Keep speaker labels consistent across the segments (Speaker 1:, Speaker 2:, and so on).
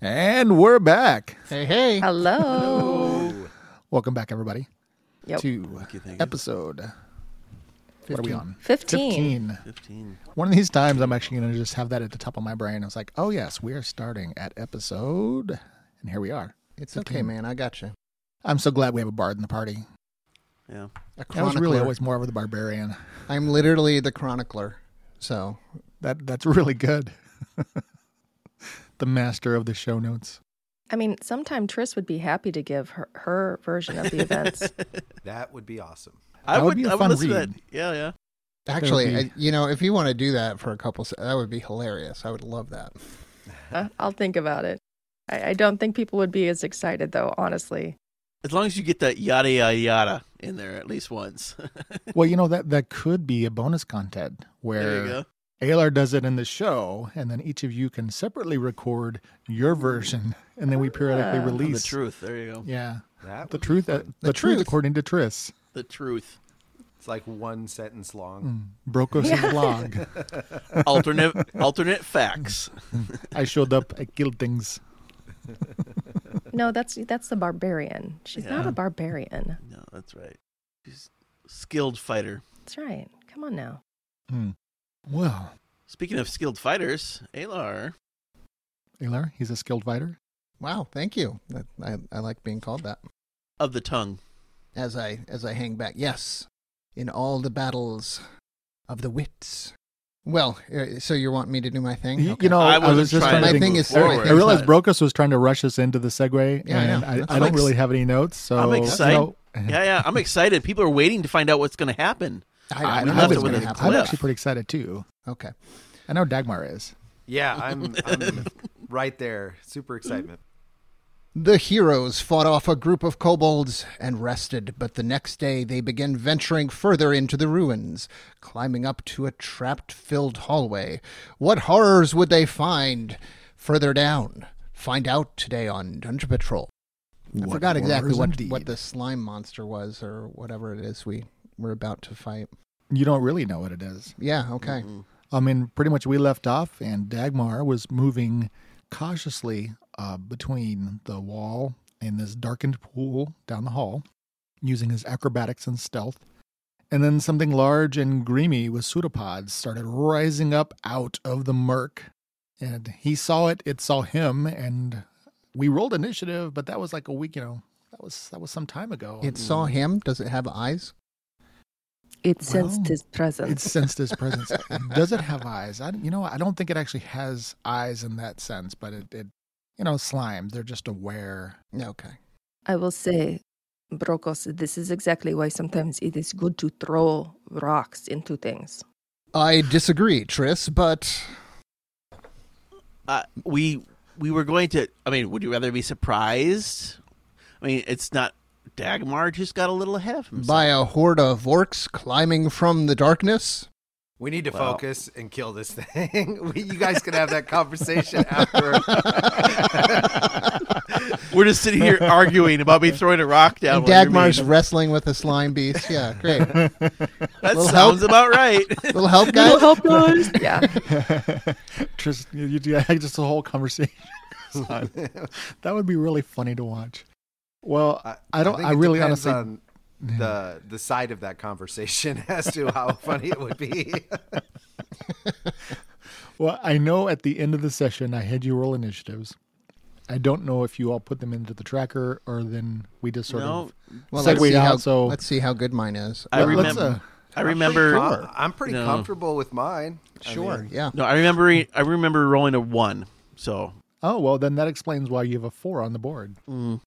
Speaker 1: And we're back.
Speaker 2: Hey,
Speaker 3: Oh.
Speaker 2: hey.
Speaker 3: Hello.
Speaker 1: Welcome back, everybody,
Speaker 3: Yep.
Speaker 1: to
Speaker 4: you, thank you.
Speaker 1: episode. What are we on?
Speaker 3: 15.
Speaker 1: 15.
Speaker 4: 15.
Speaker 1: One of these times, I'm actually going to just have that at the top of my brain. I was like, oh, yes, we are starting at episode. And here we are.
Speaker 2: It's okay, man. I got you.
Speaker 1: I'm so glad we have a bard in the party.
Speaker 4: Yeah.
Speaker 2: A
Speaker 1: I was really
Speaker 2: chronicler.
Speaker 1: always more of the barbarian.
Speaker 2: I'm literally the chronicler. So
Speaker 1: That That's really good. the master of the show notes.
Speaker 3: I mean, sometime Tris would be happy to give her, her version of the events.
Speaker 5: That would be awesome.
Speaker 4: I
Speaker 1: would
Speaker 4: would,
Speaker 1: be a
Speaker 4: I
Speaker 1: fun
Speaker 4: would listen
Speaker 1: read.
Speaker 4: to that. Yeah, yeah.
Speaker 2: actually,
Speaker 1: That would
Speaker 2: I, you know, if you want to do that for a couple, se- that would be hilarious. I would love that.
Speaker 3: Uh, I'll think about it. I, I don't think people would be as excited, though, honestly.
Speaker 4: As long as you get that yada yada yada in there at least once.
Speaker 1: Well, you know, that, that could be a bonus content where
Speaker 4: there you go.
Speaker 1: Aylar does it in the show, and then each of you can separately record your version, and then we periodically
Speaker 3: Ah.
Speaker 4: On the
Speaker 1: release.
Speaker 4: truth. There you go.
Speaker 1: Yeah,
Speaker 5: That
Speaker 1: the
Speaker 5: would be
Speaker 1: truth. uh,
Speaker 5: fun.
Speaker 1: the, truth, according to Tris.
Speaker 4: The truth.
Speaker 5: It's like one sentence long.
Speaker 1: Mm. Brokos
Speaker 3: Yeah.
Speaker 1: blog. Mm.
Speaker 4: Alternate alternate facts.
Speaker 1: I showed up. I killed things.
Speaker 3: No, that's that's the barbarian. She's not
Speaker 4: Yeah.
Speaker 3: a barbarian.
Speaker 4: No, that's right. She's a skilled fighter.
Speaker 3: That's right. Come on now.
Speaker 1: Mm. Well,
Speaker 4: Speaking of skilled fighters, Alar.
Speaker 1: Aylar, he's a skilled fighter.
Speaker 2: Wow, thank you. That, I, I like being called that.
Speaker 4: of the tongue.
Speaker 2: As I as I hang back, yes, in all the battles of the wits. Well, uh, so you want me to do my thing?
Speaker 1: You-
Speaker 2: Okay.
Speaker 1: You know, I,
Speaker 4: I wasn't
Speaker 1: was just
Speaker 4: trying
Speaker 1: trying
Speaker 2: to
Speaker 1: to.
Speaker 2: My
Speaker 1: think-
Speaker 2: thing is
Speaker 4: forward.
Speaker 2: sorry,
Speaker 1: I realized
Speaker 2: not-
Speaker 1: Brokos was trying to rush us into the segue,
Speaker 2: Yeah, I
Speaker 1: and
Speaker 2: know.
Speaker 1: I,
Speaker 2: That's
Speaker 1: I don't
Speaker 2: fine.
Speaker 1: really have any notes. So
Speaker 4: I'm
Speaker 1: you
Speaker 4: excited.
Speaker 1: know-
Speaker 4: Yeah, yeah. I'm excited. People are waiting to find out what's going to happen.
Speaker 2: I, I
Speaker 4: we
Speaker 2: don't know
Speaker 4: left
Speaker 2: what's
Speaker 4: it with
Speaker 2: going to
Speaker 4: a
Speaker 2: happen.
Speaker 1: I'm
Speaker 4: cliff.
Speaker 1: actually pretty excited too.
Speaker 2: Okay.
Speaker 1: I know Dagmar is.
Speaker 5: Yeah, I'm, I'm right there. Super excitement.
Speaker 2: The heroes fought off a group of kobolds and rested, but the next day they began venturing further into the ruins, climbing up to a trapped filled hallway. What horrors would they find further down? Find out today on Dungeon Patrol. I
Speaker 1: What
Speaker 2: forgot exactly
Speaker 1: horrors
Speaker 2: what,
Speaker 1: indeed.
Speaker 2: what the slime monster was or whatever it is we were about to fight.
Speaker 1: You don't really know what it is.
Speaker 2: Yeah, okay.
Speaker 1: I mean, pretty much we left off, and Dagmar was moving cautiously uh, between the wall and this darkened pool down the hall, using his acrobatics and stealth. And then something large and grimy with pseudopods started rising up out of the murk. And he saw it, it saw him, and we rolled initiative, but that was like a week, you know, that was that was some time ago.
Speaker 2: It saw him. Does it have eyes?
Speaker 3: It
Speaker 1: Well,
Speaker 3: sensed his
Speaker 1: It
Speaker 3: presence.
Speaker 1: sensed his presence. Does it have eyes? I, you know, I don't think it actually has eyes in that sense, but it, it you know, slimes, they're just aware.
Speaker 2: Okay.
Speaker 3: I will say, Brokos, this is exactly why sometimes it is good to throw rocks into things.
Speaker 2: I disagree, Tris, but
Speaker 4: Uh, we we were going to. I mean, would you rather be surprised? I mean, it's not Dagmar just got a little ahead of himself.
Speaker 2: by a horde of orcs climbing from the darkness?
Speaker 5: We need to
Speaker 4: Wow.
Speaker 5: focus and kill this thing. We, you guys can have that conversation after.
Speaker 4: We're just sitting here arguing about me throwing a rock down.
Speaker 2: And
Speaker 4: while you're
Speaker 2: Dagmar's
Speaker 4: reading.
Speaker 2: wrestling with a slime beast. Yeah, great.
Speaker 4: that
Speaker 2: little
Speaker 4: sounds about right.
Speaker 2: Little help, guys.
Speaker 3: help guys. yeah.
Speaker 1: Just, you, you, just the whole conversation. goes on. that would be really funny to watch. Well, I, don't.
Speaker 5: think
Speaker 1: I
Speaker 5: it
Speaker 1: really
Speaker 5: depends
Speaker 1: honestly.
Speaker 5: on the the side of that conversation as to how funny it would be.
Speaker 1: Well, I know at the end of the session I had you roll initiatives. I don't know if you all put them into the tracker or then we just sort
Speaker 4: no,
Speaker 1: of.
Speaker 2: Well,
Speaker 1: Segue
Speaker 2: let's see,
Speaker 1: out,
Speaker 2: how,
Speaker 1: so-
Speaker 2: let's see how good mine is.
Speaker 4: I
Speaker 1: Let- let's,
Speaker 4: remember.
Speaker 1: uh,
Speaker 4: I remember.
Speaker 5: I'm pretty, com- I'm pretty
Speaker 4: No.
Speaker 5: comfortable with mine. I
Speaker 2: Sure,
Speaker 5: mean,
Speaker 2: yeah.
Speaker 4: No, I remember. I remember rolling a one. So
Speaker 1: Oh well, then that explains why you have a four on the board.
Speaker 4: mm,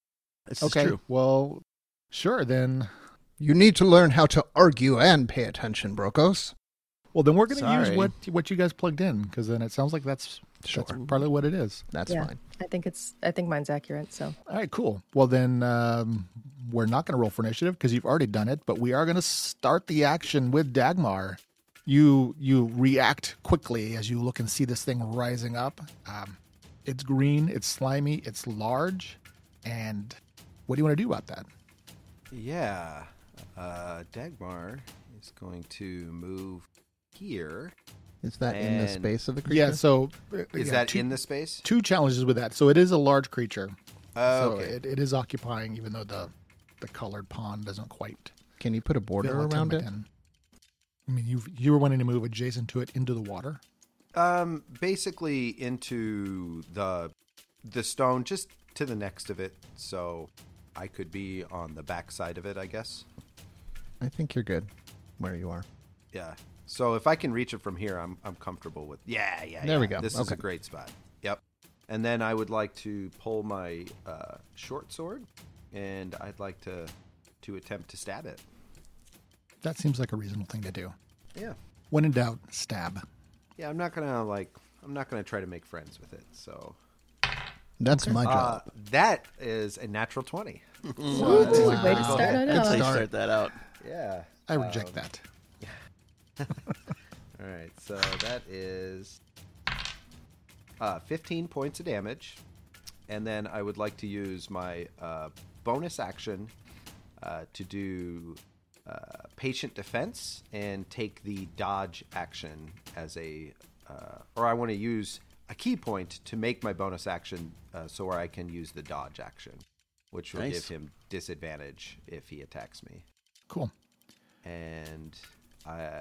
Speaker 4: this is
Speaker 1: okay.
Speaker 4: true.
Speaker 1: Well, sure then.
Speaker 2: You need to learn how to argue and pay attention, Brokos.
Speaker 1: Well, then we're going to use
Speaker 2: Sorry.
Speaker 1: what what you guys plugged in because then it sounds like that's
Speaker 2: Sure.
Speaker 1: that's probably what it is.
Speaker 2: That's
Speaker 3: yeah.
Speaker 2: fine.
Speaker 3: I think it's I think mine's accurate, so
Speaker 1: All right, cool. Well, then um, we're not going to roll for initiative because you've already done it, but we are going to start the action with Dagmar. You you react quickly as you look and see this thing rising up. Um, it's green, it's slimy, it's large, and what do you want to do about that?
Speaker 5: Yeah. Uh, Dagmar is going to move here
Speaker 2: Is that in the
Speaker 5: And-
Speaker 2: space of the creature?
Speaker 1: Yeah, so uh,
Speaker 5: Is
Speaker 1: yeah,
Speaker 5: that
Speaker 1: two,
Speaker 5: in the space?
Speaker 1: two challenges with that? So it is a large creature.
Speaker 5: Oh,
Speaker 1: so
Speaker 5: okay.
Speaker 1: it, it is occupying, even though the the colored pond doesn't quite
Speaker 2: Can you put a border
Speaker 1: fill a 10
Speaker 2: around
Speaker 1: by
Speaker 2: it?
Speaker 1: 10. I mean, you you were wanting to move adjacent to it into the water.
Speaker 5: Um, basically into the the stone, just to the next of it, so I could be on the back side of it, I guess.
Speaker 2: I think you're good where you are.
Speaker 5: Yeah. So if I can reach it from here, I'm I'm comfortable with. Yeah, yeah.
Speaker 2: There we
Speaker 5: yeah.
Speaker 2: go.
Speaker 5: This is
Speaker 2: Okay.
Speaker 5: a great spot. Yep. And then I would like to pull my uh, short sword, and I'd like to to attempt to stab it.
Speaker 1: That seems like a reasonable thing to do.
Speaker 5: Yeah.
Speaker 1: When in doubt, stab.
Speaker 5: Yeah. I'm not gonna like. I'm not gonna try to make friends with it. So
Speaker 2: That's my
Speaker 5: uh,
Speaker 2: job.
Speaker 5: that is a natural twenty.
Speaker 3: Ooh, that's a way to
Speaker 5: Wow.
Speaker 3: start it
Speaker 4: That's how
Speaker 3: out.
Speaker 4: you start that out.
Speaker 5: Yeah.
Speaker 1: I reject that.
Speaker 5: All right, so that is uh, 15 points of damage. And then I would like to use my uh, bonus action uh, to do uh, patient defense and take the dodge action as a. Uh, or I want to use a key point to make my bonus action uh, so where I can use the dodge action, which will
Speaker 4: Nice.
Speaker 5: give him disadvantage if he attacks me
Speaker 1: Cool.
Speaker 5: and I,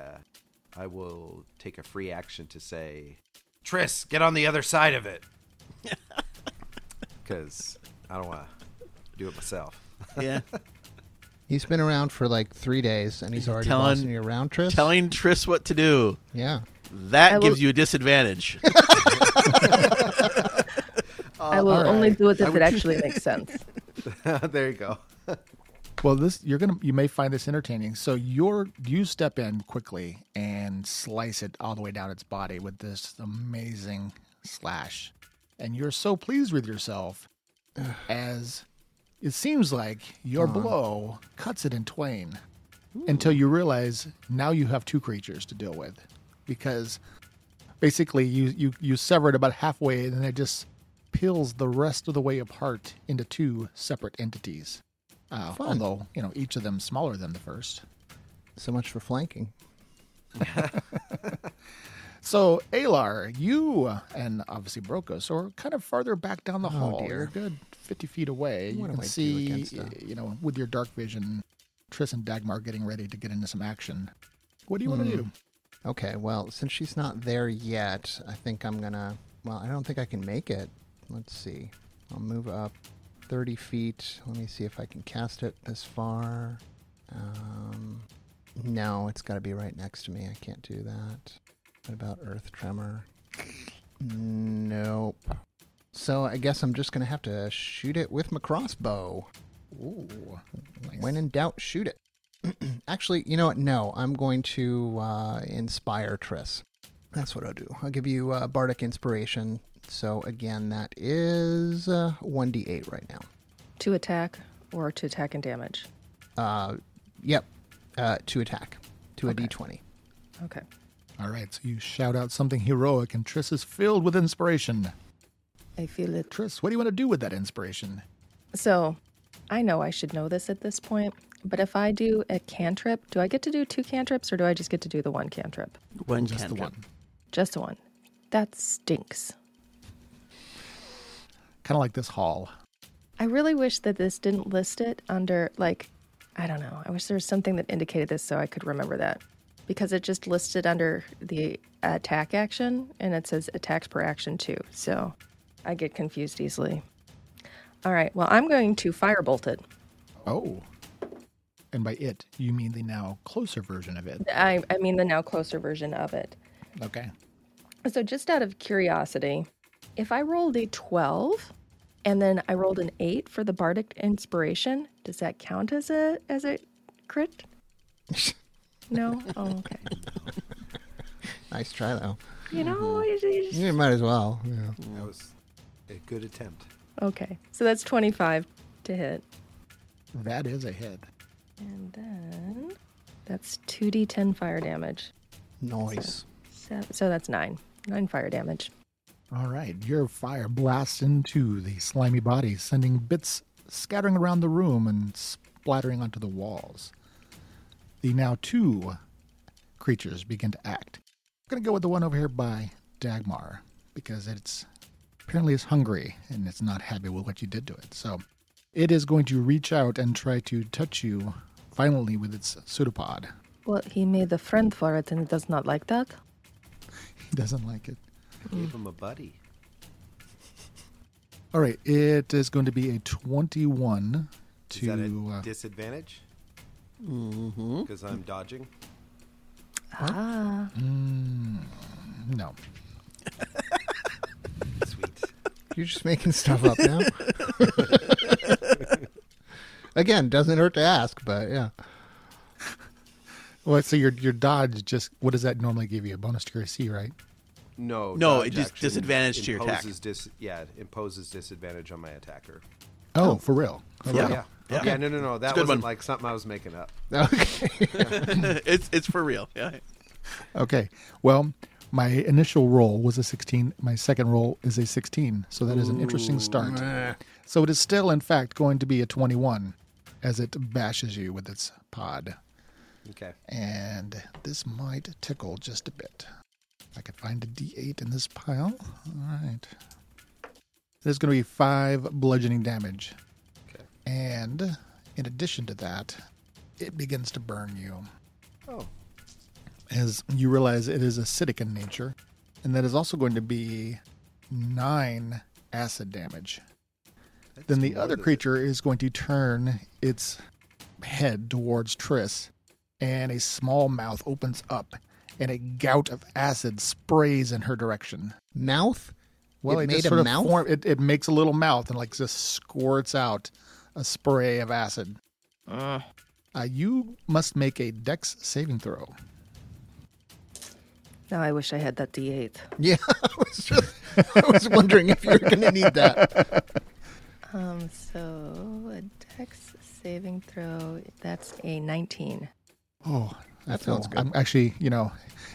Speaker 5: I will take a free action to say, Triss, get on the other side of it, because I don't want to do it myself.
Speaker 4: Yeah.
Speaker 2: He's been around for like three days and he's already
Speaker 4: Telling-
Speaker 2: bossing you around, Tris.
Speaker 4: Telling Triss what to do.
Speaker 2: yeah.
Speaker 4: That
Speaker 3: I
Speaker 4: gives
Speaker 3: will-
Speaker 4: you a disadvantage.
Speaker 3: I will
Speaker 1: all
Speaker 3: only
Speaker 1: right.
Speaker 3: do it if it actually makes sense.
Speaker 5: there you go.
Speaker 1: Well, this you're gonna you may find this entertaining. So you're you step in quickly and slice it all the way down its body with this amazing slash, and you're so pleased with yourself as it seems like your blow cuts it in twain until you realize now you have two creatures to deal with because basically you you you sever it about halfway and then it just peels the rest of the way apart into two separate entities. Uh, although you know each of them smaller than the first.
Speaker 2: So much for flanking.
Speaker 1: So Alar, you uh, and obviously Brokos are kind of farther back down the hall.
Speaker 2: Oh, dear.
Speaker 1: You're a good fifty feet away. you
Speaker 2: What do
Speaker 1: can
Speaker 2: I do
Speaker 1: see,
Speaker 2: against
Speaker 1: y-
Speaker 2: that?
Speaker 1: you know, with your dark vision, Triss and Dagmar getting ready to get into some action. What do you
Speaker 2: Hmm.
Speaker 1: want to do?
Speaker 2: Okay, well, since she's not there yet, I think I'm gonna. Well, I don't think I can make it. Let's see. I'll move up 30 feet. Let me see if I can cast it this far. Um, no, it's gotta be right next to me. I can't do that. What about Earth Tremor? Nope. So I guess I'm just gonna have to shoot it with my crossbow.
Speaker 1: Ooh, nice.
Speaker 2: When in doubt, shoot it. Actually, you know what? No, I'm going to uh, inspire Triss. That's what I'll do. I'll give you uh, bardic inspiration. So again, that is uh, 1d8 right now.
Speaker 3: To attack or to attack and damage.
Speaker 2: Uh, yep, uh, to attack, to a d20.
Speaker 3: Okay.
Speaker 1: All right, so you shout out something heroic, and Triss is filled with inspiration.
Speaker 3: I feel it.
Speaker 1: Triss, what do you want to do with that inspiration?
Speaker 3: So I know I should know this at this point, but if I do a cantrip, do I get to do two cantrips or do I just get to do the one cantrip?
Speaker 4: One
Speaker 1: Just the one.
Speaker 3: Just the one. That stinks.
Speaker 1: Kind of like this hall.
Speaker 3: I really wish that this didn't list it under, like, I don't know. I wish there was something that indicated this so I could remember that. Because it just listed under the attack action and it says attacks per action too. So I get confused easily. All right. Well, I'm going to firebolt it.
Speaker 1: Oh, and by it you mean the now closer version of it.
Speaker 3: I, I mean, the now closer version of it.
Speaker 1: Okay.
Speaker 3: So, just out of curiosity, if I rolled a 12 and then I rolled an 8 for the bardic inspiration, does that count as a as a crit? No? Oh, okay.
Speaker 2: nice try, though.
Speaker 3: You know, you- you just-
Speaker 2: You might as well. Yeah.
Speaker 5: That was a good attempt.
Speaker 3: okay. So that's 25 to hit.
Speaker 1: That is a hit.
Speaker 3: And then that's 2d10 fire damage.
Speaker 2: Noise.
Speaker 3: So, so that's 9. 9 fire damage.
Speaker 1: All right, your fire blasts into the slimy body, sending bits scattering around the room and splattering onto the walls. The now two creatures begin to act. going to go with the one over here by Dagmar because it's apparently is hungry and it's not happy with what you did to it. So it is going to reach out and try to touch you violently with its pseudopod.
Speaker 3: Well, he made a friend for it and he does not like that.
Speaker 1: He doesn't like it.
Speaker 5: Give him a buddy.
Speaker 1: All right, it is going to be a 21
Speaker 5: Is that
Speaker 1: to.
Speaker 5: a
Speaker 1: uh,
Speaker 5: disadvantage?
Speaker 4: Mm-hmm.
Speaker 5: Because I'm dodging.
Speaker 3: Ah.
Speaker 1: no.
Speaker 5: Sweet.
Speaker 2: You're just making stuff up now. Again, doesn't hurt to ask, but yeah.
Speaker 1: Well, so your, your dodge just. What does that normally give you? A bonus to your C, right?
Speaker 5: No.
Speaker 4: No,
Speaker 5: dodge
Speaker 4: it just
Speaker 5: action
Speaker 4: disadvantage to your attack.
Speaker 5: imposes Dis- yeah, it imposes disadvantage on my attacker.
Speaker 1: Oh, for real. All
Speaker 4: Yeah.
Speaker 1: right.
Speaker 5: Yeah. Yeah,
Speaker 4: Okay.
Speaker 5: no, no, no.
Speaker 4: a
Speaker 5: That
Speaker 4: good
Speaker 5: wasn't
Speaker 4: one.
Speaker 5: like something I was making up.
Speaker 2: Okay.
Speaker 4: it's it's for real. Yeah.
Speaker 1: Okay. Well, my initial roll was a 16. My second roll is a 16. So that is an interesting start. So it is still, in fact, going to be a 21 as it bashes you with its pod.
Speaker 5: Okay.
Speaker 1: And this might tickle just a bit. If I could find a d8 in this pile. All right. There's going to be five bludgeoning damage.
Speaker 5: Okay.
Speaker 1: And in addition to that, it begins to burn you
Speaker 5: Oh,
Speaker 1: as you realize it is acidic in nature, and that is also going to be nine acid damage. then the
Speaker 5: more
Speaker 1: other
Speaker 5: than-
Speaker 1: creature is going to turn its head towards Triss, and a small mouth opens up, and a gout of acid sprays in her direction.
Speaker 2: Mouth? it,
Speaker 1: just
Speaker 2: made
Speaker 1: sort
Speaker 2: a
Speaker 1: of
Speaker 2: mouth?
Speaker 1: form- it, it makes a little mouth and like just squirts out a spray of acid. Uh, you must make a dex saving throw.
Speaker 3: Now I wish I had that D8.
Speaker 2: Yeah, I was just I was wondering if you were going to need that.
Speaker 3: Um, so a dex saving throw, that's a 19.
Speaker 1: Oh, I
Speaker 2: That
Speaker 1: feel,
Speaker 2: sounds good.
Speaker 1: I'm actually, you know,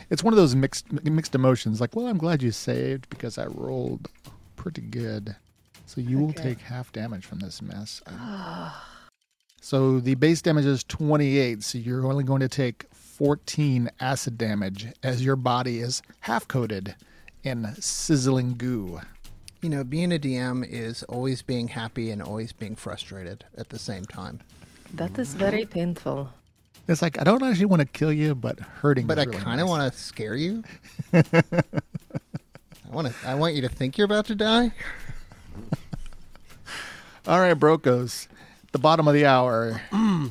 Speaker 1: it's one of those mixed mixed emotions. Like, well, I'm glad you saved because I rolled pretty good. So you will
Speaker 3: Okay.
Speaker 1: take half damage from this mess. so the base damage is 28. So you're only going to take 14 acid damage as your body is half coated in sizzling goo.
Speaker 2: You know, being a DM is always being happy and always being frustrated at the same time.
Speaker 3: That is very painful.
Speaker 1: It's like I don't actually want to kill you, but hurting.
Speaker 2: But
Speaker 1: is
Speaker 2: I
Speaker 1: really
Speaker 2: kind of
Speaker 1: nice.
Speaker 2: want to scare you. I want to I want you to think you're about to die.
Speaker 1: All right, Brocos. The bottom of the hour.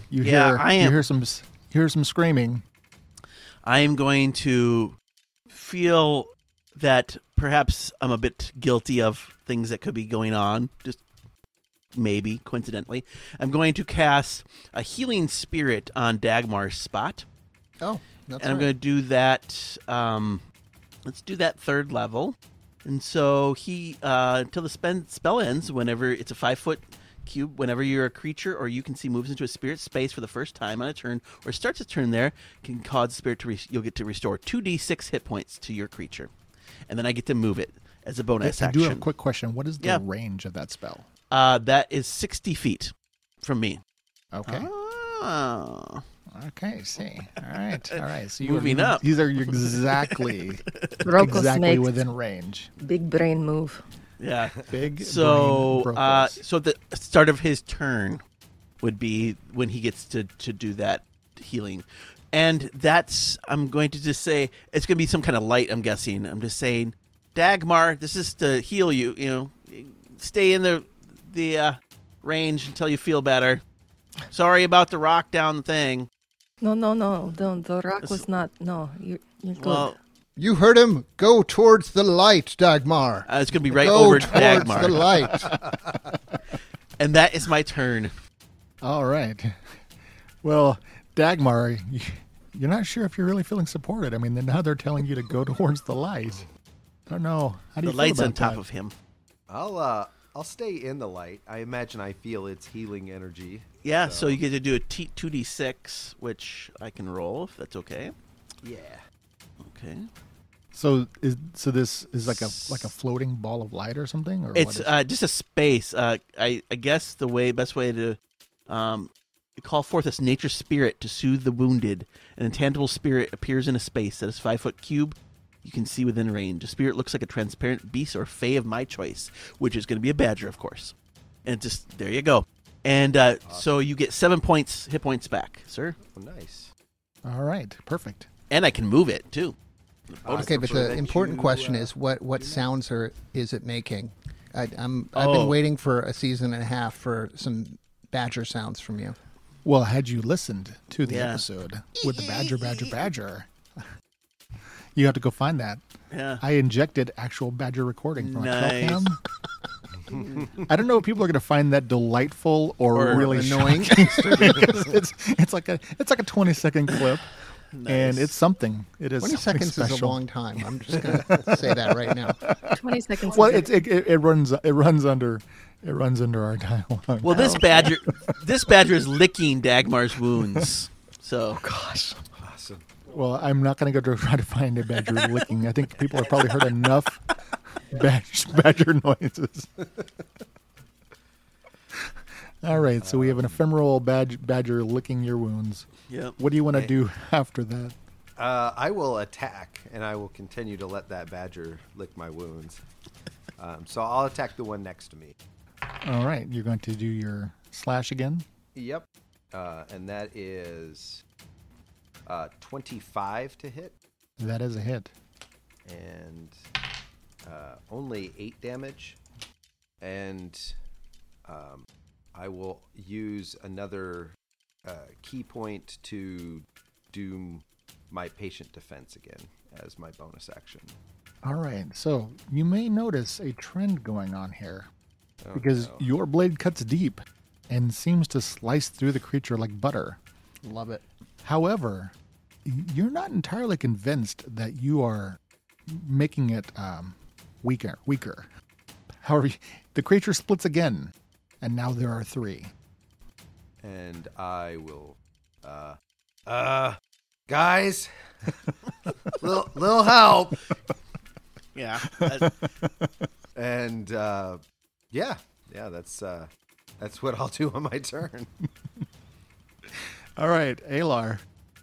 Speaker 1: You
Speaker 4: Yeah,
Speaker 1: hear
Speaker 4: I
Speaker 1: you
Speaker 4: am-
Speaker 1: hear some s- hear some screaming.
Speaker 4: I am going to feel that perhaps I'm a bit guilty of things that could be going on, just maybe coincidentally. I'm going to cast a healing spirit on Dagmar's spot,
Speaker 2: Oh, that's
Speaker 4: and I'm
Speaker 2: right.
Speaker 4: going to do that. Um, let's do that third level, and so he uh, until the spend, spell ends. Whenever it's a five foot cube, whenever you're a creature or you can see moves into a spirit space for the first time on a turn or starts a turn there, can cause spirit to re- you'll get to restore two d six hit points to your creature, and then I get to move it as a bonus
Speaker 1: I
Speaker 4: action.
Speaker 1: do have a quick question. What is the
Speaker 4: Yeah.
Speaker 1: range of that spell?
Speaker 4: uh, that is sixty feet from me.
Speaker 1: Okay. Oh.
Speaker 4: Ah.
Speaker 1: Okay. See. All right. All right. So you
Speaker 4: Moving
Speaker 1: are,
Speaker 4: up.
Speaker 1: These are exactly
Speaker 3: Brocos
Speaker 1: exactly
Speaker 3: makes
Speaker 1: within range.
Speaker 3: big brain move.
Speaker 4: Yeah.
Speaker 1: Big.
Speaker 4: so
Speaker 1: brain
Speaker 4: uh,
Speaker 1: Brocos.
Speaker 4: so the start of his turn would be when he gets to to do that healing and that's i'm going to just say it's going to be some kind of light i'm guessing i'm just saying dagmar this is to heal you you know stay in the the uh, range until you feel better sorry about the rock down thing
Speaker 3: No, no, no. Don't. The rock was not. No, you, you're good.
Speaker 4: well
Speaker 2: You heard him. Go towards the light, Dagmar.
Speaker 4: uh, it's going to be right
Speaker 2: Go
Speaker 4: over
Speaker 2: towards
Speaker 4: dagmar
Speaker 2: the light.
Speaker 4: and that is my turn
Speaker 1: All right. Well, Dagmar, you- you're not sure if you're really feeling supported. I mean, now they're telling you to go towards the light. I don't know. How do
Speaker 4: the
Speaker 1: you feel
Speaker 4: light's on
Speaker 1: about
Speaker 4: top
Speaker 1: that?
Speaker 4: of him
Speaker 5: I'll uh, I'll stay in the light. I imagine I feel its healing energy.
Speaker 4: Yeah, so, you get to do a T- 2d6, which I can roll if that's okay.
Speaker 5: Yeah.
Speaker 4: Okay.
Speaker 1: So is so this is like a like a floating ball of light or something or what
Speaker 4: It's
Speaker 1: is-
Speaker 4: uh, just a space. Uh, I, I guess the way best way to um, call forth this nature spirit to soothe the wounded. An intangible spirit appears in a space that is five foot cube. you can see within range. A spirit looks like a transparent beast or fae of my choice, which is going to be a badger, of course. And just there you go. And uh, so you get seven points, hit points back, sir.
Speaker 5: Oh, nice.
Speaker 1: All right, perfect.
Speaker 4: And I can move it too.
Speaker 5: Bonus
Speaker 2: Okay, but
Speaker 5: action
Speaker 2: the
Speaker 5: that
Speaker 2: important
Speaker 5: you,
Speaker 2: question
Speaker 5: uh,
Speaker 2: is what what sounds are is it making? I, I'm I've
Speaker 4: Oh.
Speaker 2: been waiting for a season and a half for some badger sounds from you.
Speaker 1: Well, had you listened to the
Speaker 4: Yeah.
Speaker 1: episode with the badger, badger, badger, you have to go find that.
Speaker 4: Yeah.
Speaker 1: I injected actual badger recording from
Speaker 4: Nice.
Speaker 1: a 12 I don't know if people are going to find that delightful or,
Speaker 4: Or
Speaker 1: really
Speaker 2: Annoying.
Speaker 1: shocking. it's, it's, it's like a it's like a twenty second clip, and it's something. It is
Speaker 2: Twenty
Speaker 1: something
Speaker 2: seconds is a
Speaker 1: special.
Speaker 2: long time. I'm just gonna say that right now.
Speaker 3: 20 seconds. is
Speaker 1: Well,
Speaker 3: good.
Speaker 1: it's, it, it it runs it runs under it runs under our dialogue.
Speaker 4: Well, this badger, this badger is licking Dagmar's wounds. So
Speaker 1: gosh.
Speaker 5: Awesome.
Speaker 1: Well, I'm not going to go to try to find a badger licking. I think people have probably heard enough badger, badger noises. All right, so we have an ephemeral badger, badger licking your wounds.
Speaker 4: Yep.
Speaker 1: What do you want to
Speaker 5: Okay.
Speaker 1: do after that?
Speaker 5: Uh, I will attack, and I will continue to let that badger lick my wounds. Um, so I'll attack the one next to me.
Speaker 1: All right, you're going to do your slash again.
Speaker 5: Yep. Uh, and that is uh, 25 to hit,
Speaker 1: That is a hit.
Speaker 5: and uh, only 8 damage. And um, I will use another uh, key point to do my patient defense again as my bonus action.
Speaker 1: All right, so you may notice a trend going on here
Speaker 5: Oh,
Speaker 1: because
Speaker 5: no.
Speaker 1: your blade cuts deep and seems to slice through the creature like butter.
Speaker 2: Love it.
Speaker 1: However, you're not entirely convinced that you are making it um, weaker. Weaker. However, the creature splits again, and now there are three.
Speaker 5: and I will. Uh, uh, guys, little little help,
Speaker 4: yeah, that-
Speaker 5: and uh, yeah, yeah, that's uh, that's what I'll do on my turn.
Speaker 1: All right, Alar.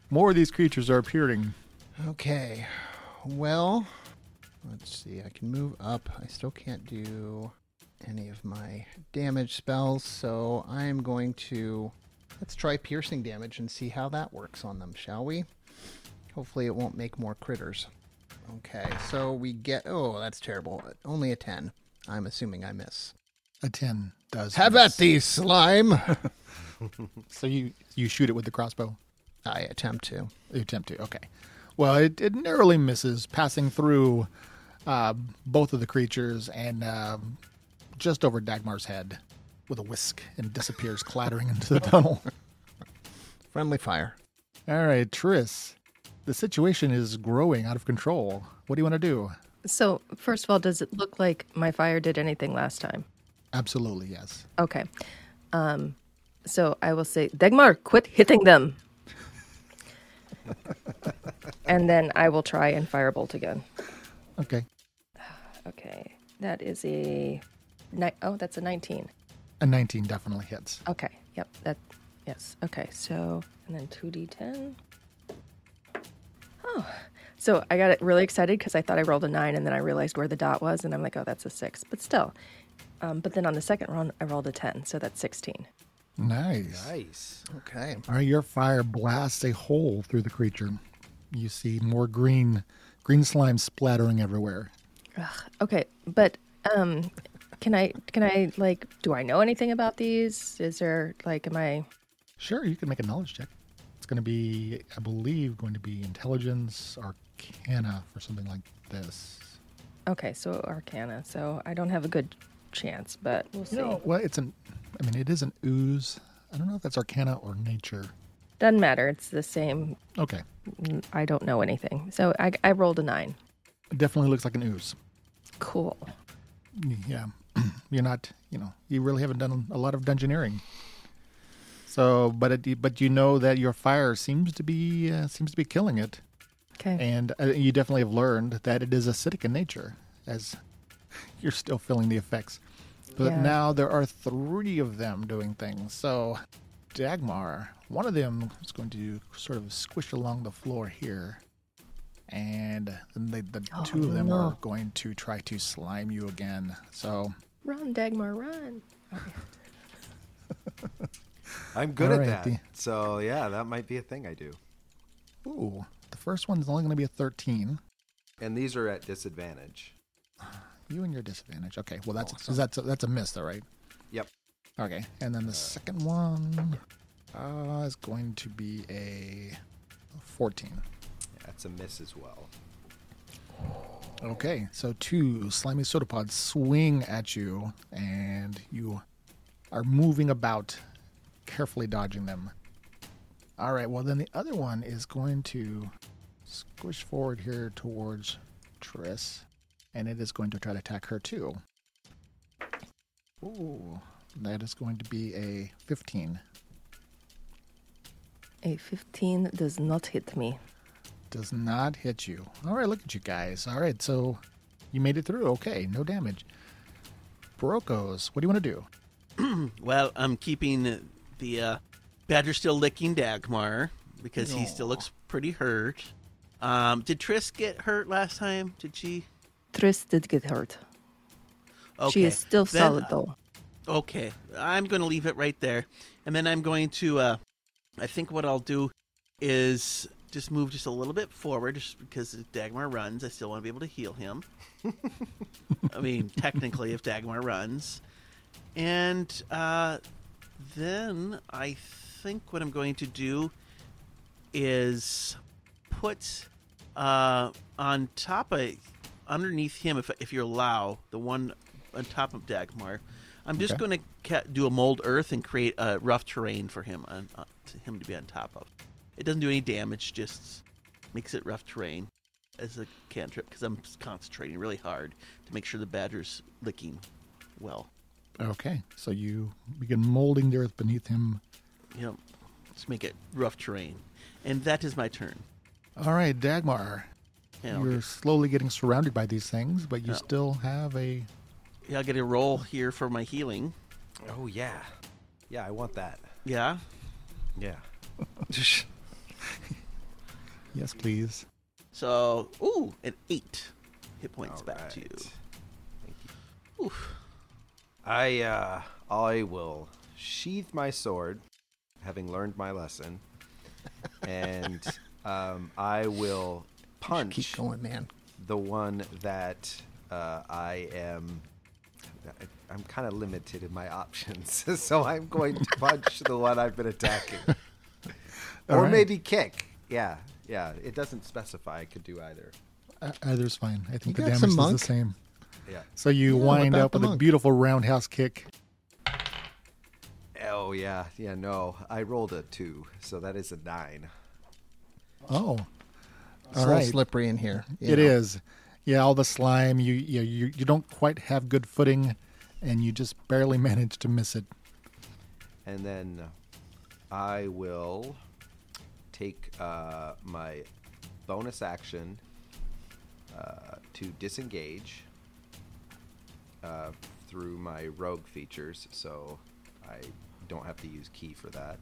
Speaker 1: More of these creatures are appearing.
Speaker 2: Okay. Well, let's see. I can move up. I still can't do any of my damage spells, so I am going to let's try piercing damage and see how that works on them, shall we? Hopefully it won't make more critters. Okay. So we get Oh, that's terrible. Only a 10. I'm assuming I miss.
Speaker 1: A ten does.
Speaker 2: Have
Speaker 1: miss.
Speaker 2: at thee, slime.
Speaker 1: So you you shoot it with the crossbow.
Speaker 2: I attempt to.
Speaker 1: You attempt to. Okay. Well, it, it narrowly misses, passing through uh, both of the creatures and um, just over Dagmar's head with a whisk and disappears clattering into the tunnel.
Speaker 2: Friendly fire.
Speaker 1: All right, Triss. The situation is growing out of control. What do you want to do?
Speaker 3: So, first of all, does it look like my fire did anything last time?
Speaker 1: Absolutely, yes.
Speaker 3: Okay. Um, so I will say, Degmar, quit hitting them. and then I will try and firebolt again.
Speaker 1: Okay.
Speaker 3: Okay. That is a. Ni- oh, that's a 19.
Speaker 1: A 19 definitely hits.
Speaker 3: Okay. Yep. That. Yes. Okay. So, and then 2d10. Oh. So I got really excited because I thought I rolled a nine and then I realized where the dot was and I'm like, oh, that's a six. But still. Um, but then on the second round, I rolled a 10. So that's 16.
Speaker 1: Nice.
Speaker 5: Nice.
Speaker 2: Okay.
Speaker 1: All right, your fire blasts a hole through the creature. You see more green green slime splattering everywhere.
Speaker 3: Okay. But um, can I, can I, like, do I know anything about these? Is there, like, am I.
Speaker 1: Sure, you can make a knowledge check. It's going to be, I believe, going to be intelligence arcana for something like this.
Speaker 3: Okay. So Arcana. So I don't have a good chance, but we'll see.
Speaker 1: No, well, it's an, I mean, it is an ooze. I don't know if that's arcana or nature.
Speaker 3: Doesn't matter. It's the same.
Speaker 1: Okay.
Speaker 3: I don't know anything. So I, I rolled a nine.
Speaker 1: It definitely looks like an ooze.
Speaker 3: Cool.
Speaker 1: Yeah. You're not, you know, you really haven't done a lot of dungeoneering. So, but it, but you know that your fire seems to be uh, seems to be killing it.
Speaker 3: Okay.
Speaker 1: And uh, you definitely have learned that it is acidic in nature, as you're still feeling the effects. But
Speaker 3: Yeah.
Speaker 1: now there are three of them doing things. So, Dagmar, one of them is going to sort of squish along the floor here. and then they, the two
Speaker 3: Oh,
Speaker 1: of them
Speaker 3: no.
Speaker 1: are going to try to slime you again. So
Speaker 3: Run, Dagmar, run. Okay.
Speaker 5: I'm good
Speaker 1: All
Speaker 5: at
Speaker 1: right,
Speaker 5: that.
Speaker 1: the-
Speaker 5: So yeah, that might be a thing I do.
Speaker 1: Ooh, the first one's only going to be a 13.
Speaker 5: And these are at disadvantage.
Speaker 1: You and your disadvantage. Okay, well that's so that's a, that's a miss though, right?
Speaker 5: Yep.
Speaker 1: Okay, and then the second one uh, is going to be a 14.
Speaker 5: That's a miss as well.
Speaker 1: Okay, so two slimy sodapods swing at you, and you are moving about, carefully dodging them. All right, well, then the other one is going to squish forward here towards Triss, and it is going to try to attack her too. Ooh, that is going to be a 15.
Speaker 3: A 15 does not hit me.
Speaker 1: Does not hit you. All right, look at you guys. All right, so you made it through. Okay, no damage. Brokos, what do you want to do?
Speaker 4: Well, I'm keeping the uh, badger still licking Dagmar because he still looks pretty hurt. Um, did Triss get hurt last time? Did she?
Speaker 3: Tris did get hurt.
Speaker 4: Okay.
Speaker 3: She is still
Speaker 4: Then- uh,
Speaker 3: solid, though.
Speaker 4: Okay, I'm going to leave it right there, and then I'm going to. Uh, I think what I'll do is just move just a little bit forward, just because if Dagmar runs, I still want to be able to heal him. I mean, technically, if Dagmar runs, and uh, then I think what I'm going to do is put uh, on top of underneath him, if if you allow the one on top of Dagmar, I'm just
Speaker 1: Okay.
Speaker 4: going to ca- do a mold earth and create a rough terrain for him on uh, to him to be on top of. It doesn't do any damage, just makes it rough terrain as a cantrip because I'm concentrating really hard to make sure the badger's licking well.
Speaker 1: Okay, so you begin molding the earth beneath him.
Speaker 4: You know, just make it rough terrain, and that is my turn.
Speaker 1: All right, Dagmar,
Speaker 4: Yeah, I'll
Speaker 1: you're
Speaker 4: get-
Speaker 1: slowly getting surrounded by these things, but you
Speaker 4: Yeah.
Speaker 1: still have a.
Speaker 4: yeah, I'll get a roll here for my healing.
Speaker 5: Oh yeah. Yeah, I want that.
Speaker 4: Yeah.
Speaker 5: Yeah.
Speaker 1: Yes, please.
Speaker 4: So, ooh, an eight hit points
Speaker 5: All
Speaker 4: back to you.
Speaker 5: right.
Speaker 4: Oof.
Speaker 5: I uh I will sheathe my sword, having learned my lesson, and um, I will
Speaker 2: Keep
Speaker 5: punch
Speaker 2: going, man.
Speaker 5: the one that uh, I am. I- I'm kind of limited in my options, so I'm going to punch the one I've been attacking,
Speaker 1: All
Speaker 5: or
Speaker 1: right.
Speaker 5: maybe kick. Yeah, yeah. It doesn't specify. I could do either.
Speaker 1: Uh, Either's fine. I think
Speaker 2: You
Speaker 1: the damage
Speaker 2: got some
Speaker 1: is the
Speaker 2: monk?
Speaker 1: same.
Speaker 5: Yeah.
Speaker 1: So you
Speaker 2: Yeah,
Speaker 1: wind
Speaker 2: without
Speaker 1: up
Speaker 2: the
Speaker 1: with a
Speaker 2: monk.
Speaker 1: beautiful roundhouse kick.
Speaker 5: Oh yeah, yeah. No, I rolled a two, so that is a nine.
Speaker 1: Oh, all
Speaker 2: It's a little
Speaker 1: right.
Speaker 2: slippery in here. you
Speaker 1: It
Speaker 2: know.
Speaker 1: is. Yeah, all the slime. You, you you you don't quite have good footing, and you just barely manage to miss it.
Speaker 5: and then I will take uh, my bonus action uh, to disengage uh, through my rogue features, so I don't have to use key for that.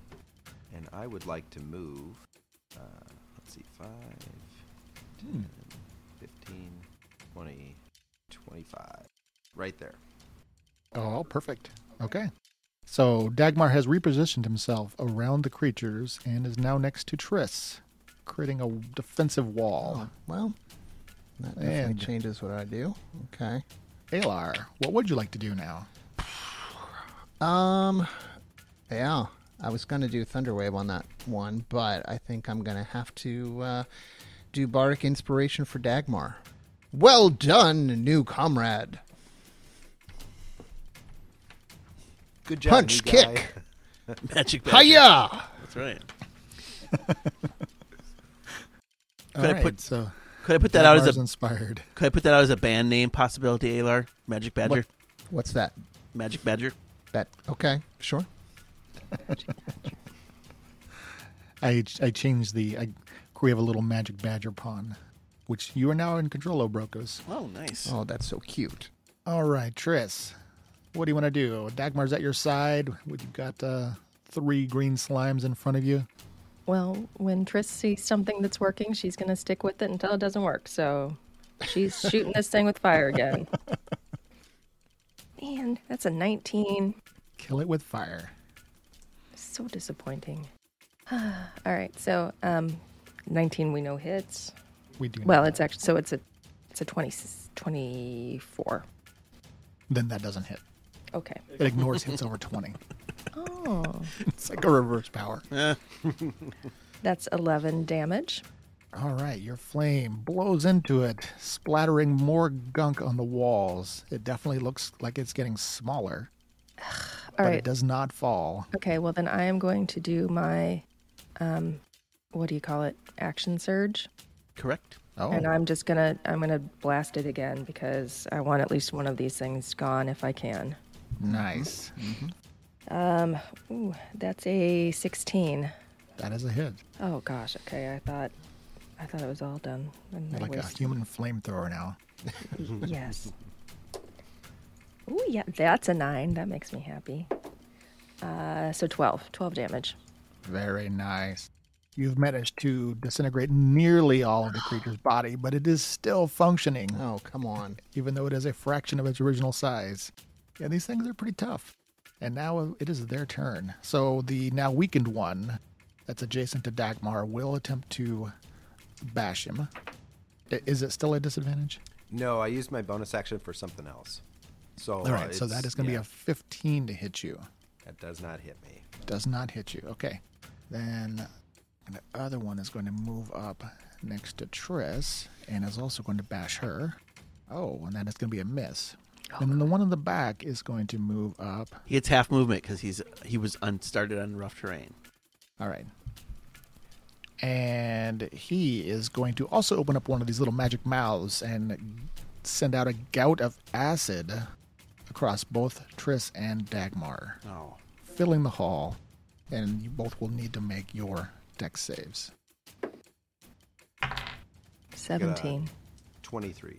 Speaker 5: And I would like to move. Uh, let's see, 5,
Speaker 2: Hmm.
Speaker 5: 10, 15, 20, 25. Right there.
Speaker 1: Oh, perfect. Okay. So Dagmar has repositioned himself around the creatures and is now next to Triss, creating a defensive wall.
Speaker 2: Oh, well, that definitely
Speaker 1: And-
Speaker 2: changes what I do. Okay.
Speaker 1: Alar, what would you like to do now?
Speaker 2: Um, yeah, I was gonna do Thunderwave on that one, but I think I'm gonna have to uh, do Bardic Inspiration for Dagmar. Well done, new comrade.
Speaker 5: Good
Speaker 2: job, Punch, new guy. kick.
Speaker 4: Magic badger.
Speaker 2: Hiya!
Speaker 4: That's right.
Speaker 1: All
Speaker 4: Could I
Speaker 1: right,
Speaker 4: put-
Speaker 1: so
Speaker 4: Could I put that out as
Speaker 1: Dagmar's
Speaker 4: a
Speaker 1: inspired?
Speaker 4: could I put that out as a band name possibility, Alar? Magic Badger?
Speaker 2: What- What's that?
Speaker 4: Magic Badger?
Speaker 2: That okay? Sure.
Speaker 1: I I changed the. I, we have a little magic badger pawn, which you are now in control of, Brokos.
Speaker 4: Oh nice.
Speaker 2: Oh, that's so cute.
Speaker 1: All right, Triss, what do you want to do? Dagmar's at your side. You've got uh, three green slimes in front of you.
Speaker 3: Well, when Triss sees something that's working, she's going to stick with it until it doesn't work. So she's shooting this thing with fire again. Man, that's a 19.
Speaker 1: Kill it with fire.
Speaker 3: So disappointing. All right, so um, 19 we know hits.
Speaker 1: We do.
Speaker 3: Well, it's actually so it's a it's a 20, 24.
Speaker 1: then that doesn't hit.
Speaker 3: Okay.
Speaker 1: It ignores hits over twenty.
Speaker 3: Oh,
Speaker 1: It's like a reverse power.
Speaker 3: that's 11 damage.
Speaker 1: All right, your flame blows into it, splattering more gunk on the walls. It definitely looks like it's getting smaller,
Speaker 3: All
Speaker 1: but
Speaker 3: right.
Speaker 1: it does not fall.
Speaker 3: Okay, well then I am going to do my um what do you call it? Action surge.
Speaker 4: Correct.
Speaker 1: Oh,
Speaker 3: And uh, I'm just gonna I'm gonna blast it again because I want at least one of these things gone if I can.
Speaker 1: nice. Mm-hmm.
Speaker 3: Ooh, that's a sixteen.
Speaker 1: That is a hit.
Speaker 3: Oh gosh, okay, I thought I thought it was all done. And I
Speaker 1: Like a
Speaker 3: wasted-
Speaker 1: human flamethrower now.
Speaker 3: yes. Ooh yeah, that's a nine. That makes me happy. Uh so 12. 12 damage.
Speaker 1: Very nice. You've managed to disintegrate nearly all of the creature's body, but it is still functioning,
Speaker 2: Oh, come on.
Speaker 1: even though it is a fraction of its original size. Yeah, these things are pretty tough. And now it is their turn. So the now weakened one that's adjacent to Dagmar will attempt to bash him. I- Is it still a disadvantage?
Speaker 5: No, I used my bonus action for something else. So
Speaker 1: All right, so that is going to
Speaker 5: yeah,
Speaker 1: be a 15 to hit you.
Speaker 5: that does not hit me.
Speaker 1: does not hit you. Okay. Then the other one is going to move up next to Triss and is also going to bash her. Oh, and that is going to be a miss. And then the one in the back is going to move up.
Speaker 4: He gets half movement because he's he was un- started on rough terrain.
Speaker 1: All right. And he is going to also open up one of these little magic mouths and send out a gout of acid across both Triss and Dagmar,
Speaker 4: Oh,
Speaker 1: filling the hall. And you both will need to make your deck saves.
Speaker 3: 17.
Speaker 5: 23.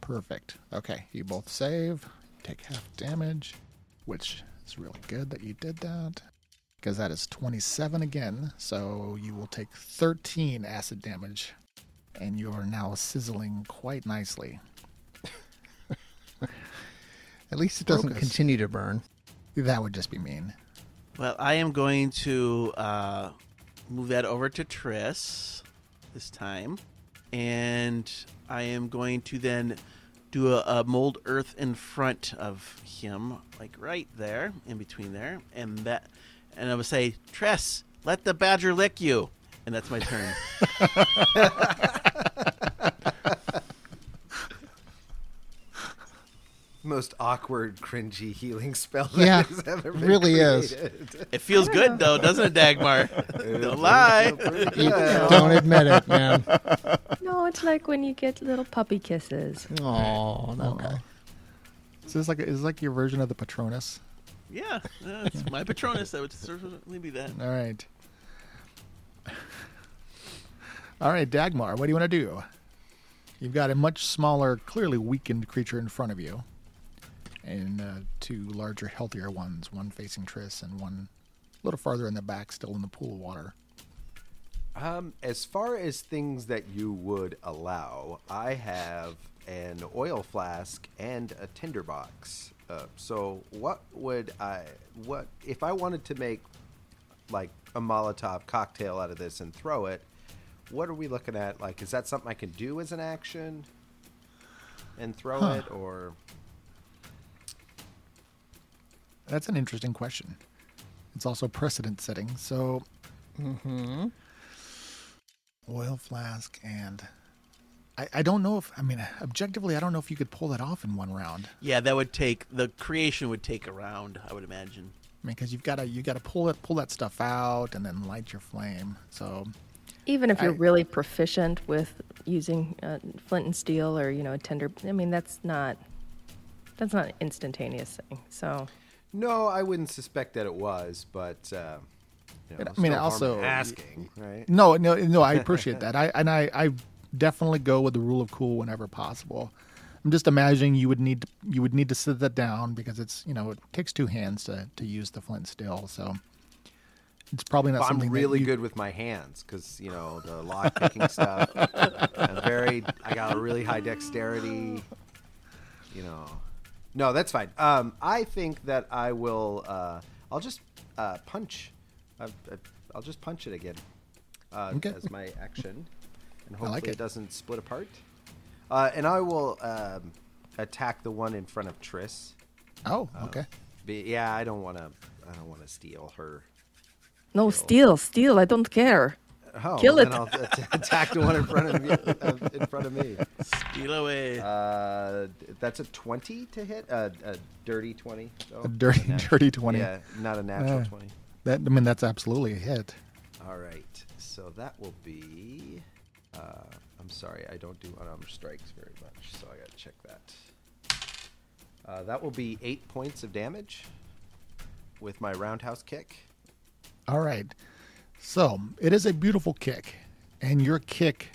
Speaker 1: Perfect. Okay, you both save, take half damage, which is really good that you did that because that is 27 again. So you will take 13 acid damage, and you are now sizzling quite nicely.
Speaker 2: At least it doesn't
Speaker 1: Broke us.
Speaker 2: continue to burn.
Speaker 1: That would just be mean.
Speaker 4: well, I am going to uh, move that over to Triss this time, and I am going to then do a, a mold earth in front of him, like right there, in between there, and that, and I would say, Triss, let the badger lick you, and that's my turn.
Speaker 5: Most awkward, cringy healing spell
Speaker 2: Yeah,
Speaker 5: that has ever
Speaker 2: it
Speaker 5: been
Speaker 2: really is.
Speaker 5: created.
Speaker 4: it feels good though, doesn't it, Dagmar? Don't lie.
Speaker 2: You
Speaker 3: Yeah.
Speaker 2: don't admit it, man.
Speaker 3: No, it's like when you get little puppy kisses.
Speaker 2: Oh, okay.
Speaker 1: So this is like is this like your version of the Patronus.
Speaker 4: Yeah, that's my Patronus. That would certainly be that.
Speaker 1: All right. All right, Dagmar, what do you want to do? You've got a much smaller, clearly weakened creature in front of you, and uh, two larger, healthier ones, one facing Triss and one a little farther in the back, still in the pool of water.
Speaker 5: Um, as far as things that you would allow, I have an oil flask and a tinderbox. Uh, so what would I what if I wanted to make like a Molotov cocktail out of this and throw it? What are we looking at? Like, is that something I can do as an action and throw it, or
Speaker 1: That's an interesting question. It's also precedent setting, so. Oil flask and. I, I don't know if, I mean, objectively, I don't know if you could pull that off in one round.
Speaker 4: Yeah, that would take the creation would take a round, I would imagine.
Speaker 1: I mean, because you've got to you got to pull it pull that stuff out and then light your flame. So
Speaker 3: Even if you're
Speaker 1: I-
Speaker 3: really proficient with using uh, flint and steel or you know a tender, I mean that's not that's not an instantaneous thing. So
Speaker 5: no? I wouldn't suspect that it was, but uh, you know,
Speaker 1: I mean,
Speaker 5: it's no harm in
Speaker 1: also-
Speaker 5: asking, right?
Speaker 1: no, no, no. I appreciate that. I and I, I definitely go with the rule of cool whenever possible. I'm just imagining you would need you would need to sit that down because it's you know it takes two hands to to use the flint still. So It's probably not
Speaker 5: But I'm
Speaker 1: something that
Speaker 5: really
Speaker 1: you-
Speaker 5: good with my hands because you know the lock picking stuff. I'm very. I got a really high dexterity. You know, no, that's fine. Um, I think that I will. Uh, I'll just uh, punch. I, I, I'll just punch it again uh,
Speaker 1: Okay.
Speaker 5: as my action, and
Speaker 1: I
Speaker 5: hopefully
Speaker 1: like
Speaker 5: it.
Speaker 1: it.
Speaker 5: doesn't split apart. Uh, and I will um, attack the one in front of Triss.
Speaker 1: Oh, okay.
Speaker 5: But yeah, I don't want to. I don't want to steal her.
Speaker 3: No, steal, steal. I don't care.
Speaker 5: Oh,
Speaker 3: Kill
Speaker 5: well,
Speaker 3: it.
Speaker 5: Then I'll at- attack the one in front of me. Uh, in front of me.
Speaker 4: Steal away.
Speaker 5: Uh, that's a twenty to hit. Uh, a dirty twenty. though.
Speaker 1: A dirty,
Speaker 5: Nat-
Speaker 1: dirty twenty. Uh.
Speaker 5: Yeah, not a natural
Speaker 1: Yeah.
Speaker 5: twenty.
Speaker 1: That I mean, that's absolutely a hit.
Speaker 5: All right. So that will be. Uh, I'm sorry, I don't do unarmed strikes very much, so I gotta check that. Uh, that will be eight points of damage with my roundhouse kick.
Speaker 1: All right. So it is a beautiful kick, and your kick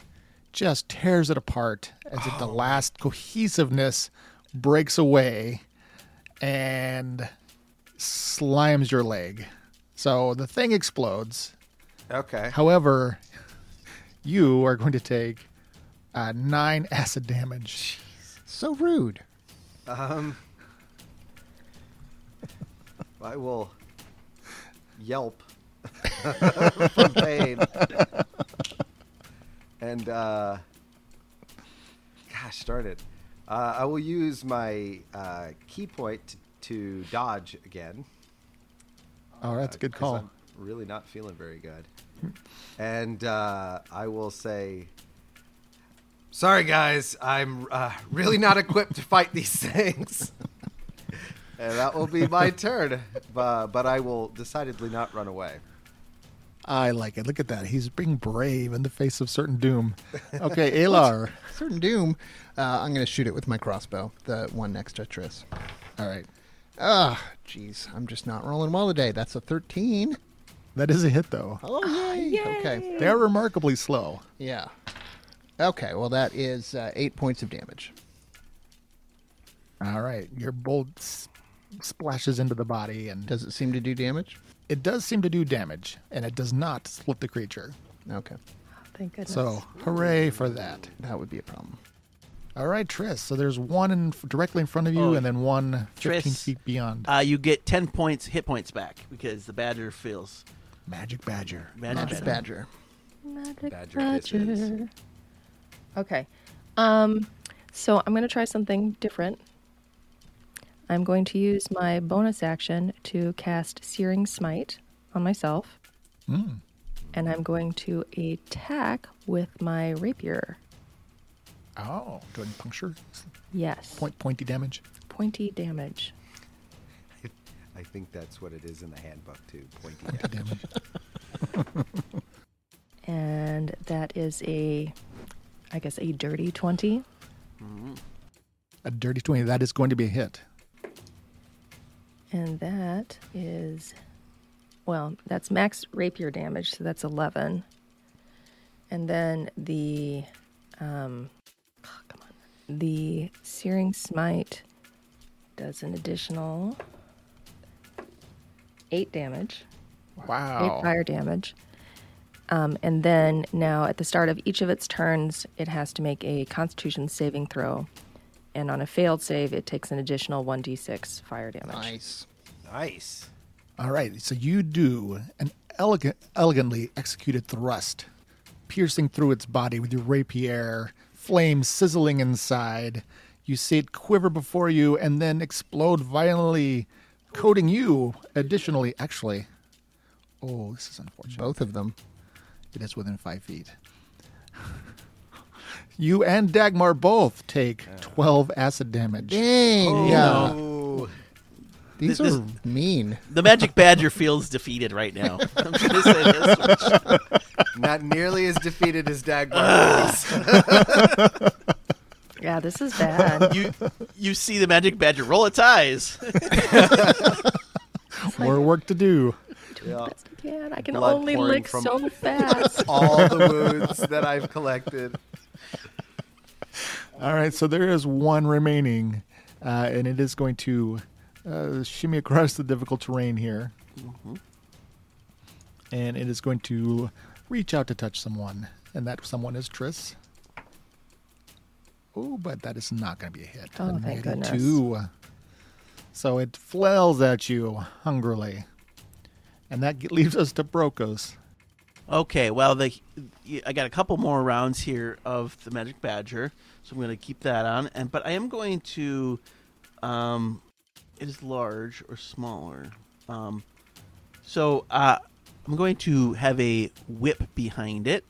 Speaker 1: just tears it apart as if
Speaker 2: Oh.
Speaker 1: the last cohesiveness breaks away and slimes your leg. So the thing explodes.
Speaker 5: Okay.
Speaker 1: However, you are going to take uh, nine acid damage.
Speaker 2: So rude.
Speaker 5: I will yelp from pain. and uh, gosh darn it, uh, I will use my uh, key point to dodge again.
Speaker 1: Oh, that's a good
Speaker 5: 'cause
Speaker 1: call.
Speaker 5: I'm really not feeling very good. And uh, I will say, sorry guys, I'm uh, really not equipped to fight these things. and that will be my turn. But, but I will decidedly not run away.
Speaker 1: I like it. Look at that. He's being brave in the face of certain doom. Okay, Alar.
Speaker 2: Certain doom. Uh, I'm going to shoot it with my crossbow, the one next to Triss.
Speaker 1: All right.
Speaker 2: Ah, jeez, I'm just not rolling well today. That's a 13.
Speaker 1: That is a hit, though.
Speaker 2: Oh, yay. Okay.
Speaker 1: They're remarkably slow.
Speaker 2: Yeah. Okay, well, that is uh, eight points of damage.
Speaker 1: All right. Your bolt s- splashes into the body, and
Speaker 2: Does it seem to do damage?
Speaker 1: it does seem to do damage, and it does not split the creature.
Speaker 2: Okay.
Speaker 3: Thank goodness.
Speaker 1: So, hooray for that.
Speaker 2: That would be a problem.
Speaker 1: All right, Triss. So there's one in, directly in front of you,
Speaker 4: Oh,
Speaker 1: and then one 15
Speaker 4: Triss.
Speaker 1: feet beyond.
Speaker 4: Uh, you get ten points hit points back because the badger feels
Speaker 1: Magic Badger.
Speaker 4: Magic
Speaker 2: That's
Speaker 4: badger.
Speaker 2: Badger.
Speaker 3: Magic
Speaker 5: Badger
Speaker 3: Badger.
Speaker 5: bitches.
Speaker 3: Okay. Um, so I'm going to try something different. I'm going to use my bonus action to cast Searing Smite on myself.
Speaker 1: Hmm.
Speaker 3: And I'm going to attack with my rapier.
Speaker 1: Oh, doing puncture, s-
Speaker 3: Yes.
Speaker 1: point pointy damage.
Speaker 3: Pointy damage.
Speaker 5: I think that's what it is in the handbook, too. Pointy at.
Speaker 1: Damage.
Speaker 3: And that is a, I guess, a dirty 20.
Speaker 1: A dirty 20. That is going to be a hit.
Speaker 3: And that is, well, that's max rapier damage, so that's 11. And then the, um, oh, come on, the Searing Smite does an additional 8 damage,
Speaker 1: Wow.
Speaker 3: 8 fire damage. Um, and then now at the start of each of its turns, it has to make a Constitution saving throw. And on a failed save, it takes an additional 1d6 fire damage.
Speaker 2: Nice.
Speaker 5: Nice.
Speaker 1: All right, so you do an elegant, elegantly executed thrust, piercing through its body with your rapier, flame sizzling inside. You see it quiver before you and then explode violently, coating you additionally. Actually, oh, this is unfortunate.
Speaker 2: Both of them.
Speaker 1: It is within five feet. you and Dagmar both take 12 acid damage.
Speaker 2: Dang. yeah.
Speaker 5: Ooh.
Speaker 2: These
Speaker 4: Oh. This-
Speaker 2: are mean.
Speaker 4: the magic badger feels defeated right now. I'm just gonna say this much.
Speaker 5: Not nearly as defeated as Dagmar.
Speaker 3: Yeah, this is bad.
Speaker 4: you you see the magic badger roll its eyes.
Speaker 1: More work to do.
Speaker 5: yeah.
Speaker 3: Best I can. I can
Speaker 5: Blood
Speaker 3: only
Speaker 5: pouring
Speaker 3: lick
Speaker 5: from-
Speaker 3: so fast.
Speaker 5: All the wounds that I've collected.
Speaker 1: All right, so there is one remaining, uh, and it is going
Speaker 3: Mm-hmm.
Speaker 1: to uh, shimmy across the difficult terrain here. and it is going to reach out to touch someone, and that someone is Triss. Oh, but that is not going to be a hit.
Speaker 3: Oh,
Speaker 1: A
Speaker 3: thank
Speaker 1: mighty
Speaker 3: goodness.
Speaker 1: Two. So it flails at you hungrily, and that ge- leaves us to Brokos.
Speaker 4: Okay, well, the I got a couple more rounds here of the Magic Badger, so I'm going to keep that on. And but I am going to, um, it is large or smaller. Um, so uh, I'm going to have a whip behind it,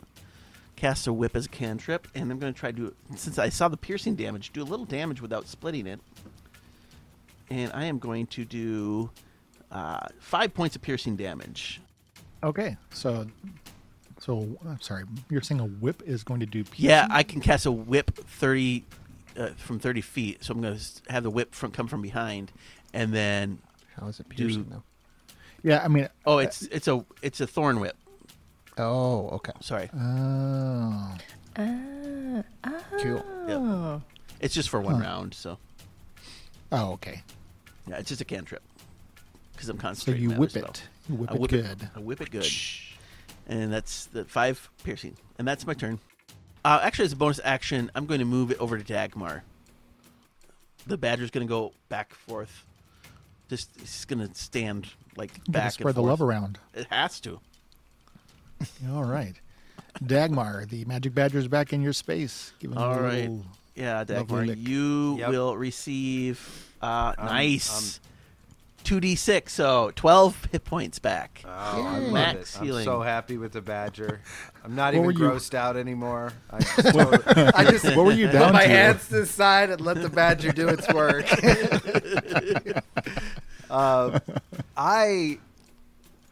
Speaker 4: cast a whip as a cantrip, and I'm going to try to since I saw the piercing damage, do a little damage without splitting it. And I am going to do uh, five points of piercing damage.
Speaker 1: Okay, so so I'm sorry. You're saying a whip is going to do piercing?
Speaker 4: Yeah, I can cast a whip thirty uh, from thirty feet. So I'm going to have the whip from come from behind, and then
Speaker 2: How is it piercing though?
Speaker 1: yeah. I mean,
Speaker 4: oh, it's it's a it's a thorn whip.
Speaker 2: Oh, okay.
Speaker 4: Sorry,
Speaker 1: uh, oh,
Speaker 3: Ah, ah.
Speaker 2: Cool.
Speaker 3: Oh.
Speaker 4: it's just for one round. So
Speaker 1: oh, okay.
Speaker 4: yeah, it's just a cantrip because I'm
Speaker 1: So
Speaker 4: concentrating.
Speaker 1: you
Speaker 4: that
Speaker 1: whip
Speaker 4: as well.
Speaker 1: it. You whip
Speaker 4: I
Speaker 1: it
Speaker 4: whip
Speaker 1: good.
Speaker 4: it. I whip it good, and that's the five piercing, and that's my turn. Uh, actually, as a bonus action, I'm going to move it over to Dagmar. The badger's going to go back forth. Just it's going to stand like
Speaker 1: You gotta
Speaker 4: back
Speaker 1: spread
Speaker 4: and
Speaker 1: the love
Speaker 4: forth.
Speaker 1: around.
Speaker 4: It has to.
Speaker 1: All right. Dagmar, the magic badger's back in your space. Give him a
Speaker 4: All right.
Speaker 1: little-
Speaker 4: Yeah, Dagmar,
Speaker 1: lick.
Speaker 4: you
Speaker 5: Yep.
Speaker 4: will receive uh,
Speaker 5: Um,
Speaker 4: nice two d six, so twelve hit points back.
Speaker 5: Oh, I love
Speaker 4: Max
Speaker 5: it.
Speaker 4: healing.
Speaker 5: I'm so happy with the badger. I'm
Speaker 1: What
Speaker 5: not even
Speaker 1: were you-
Speaker 5: grossed out anymore. I just, totally- I just
Speaker 1: What were you down
Speaker 5: put my
Speaker 1: to?
Speaker 5: hands to the side and let the badger do its work. um, I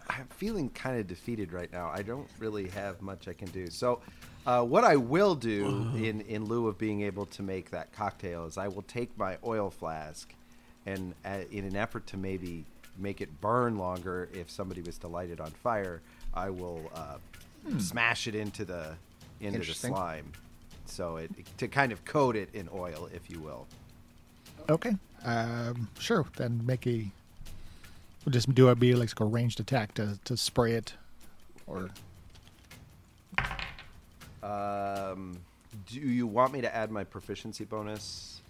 Speaker 5: I'm feeling kind of defeated right now. I don't really have much I can do. So, uh, what I will do in in lieu of being able to make that cocktail is I will take my oil flask, and uh, in an effort to maybe make it burn longer, if somebody was to light it on fire, I will uh, smash it into the into the
Speaker 2: Interesting.
Speaker 5: slime. So it to kind of coat it in oil, if you will.
Speaker 1: Okay. Um, sure. Then make a. We'll just do a be like a ranged attack to, to spray it, or
Speaker 5: Um, do you want me to add my proficiency bonus?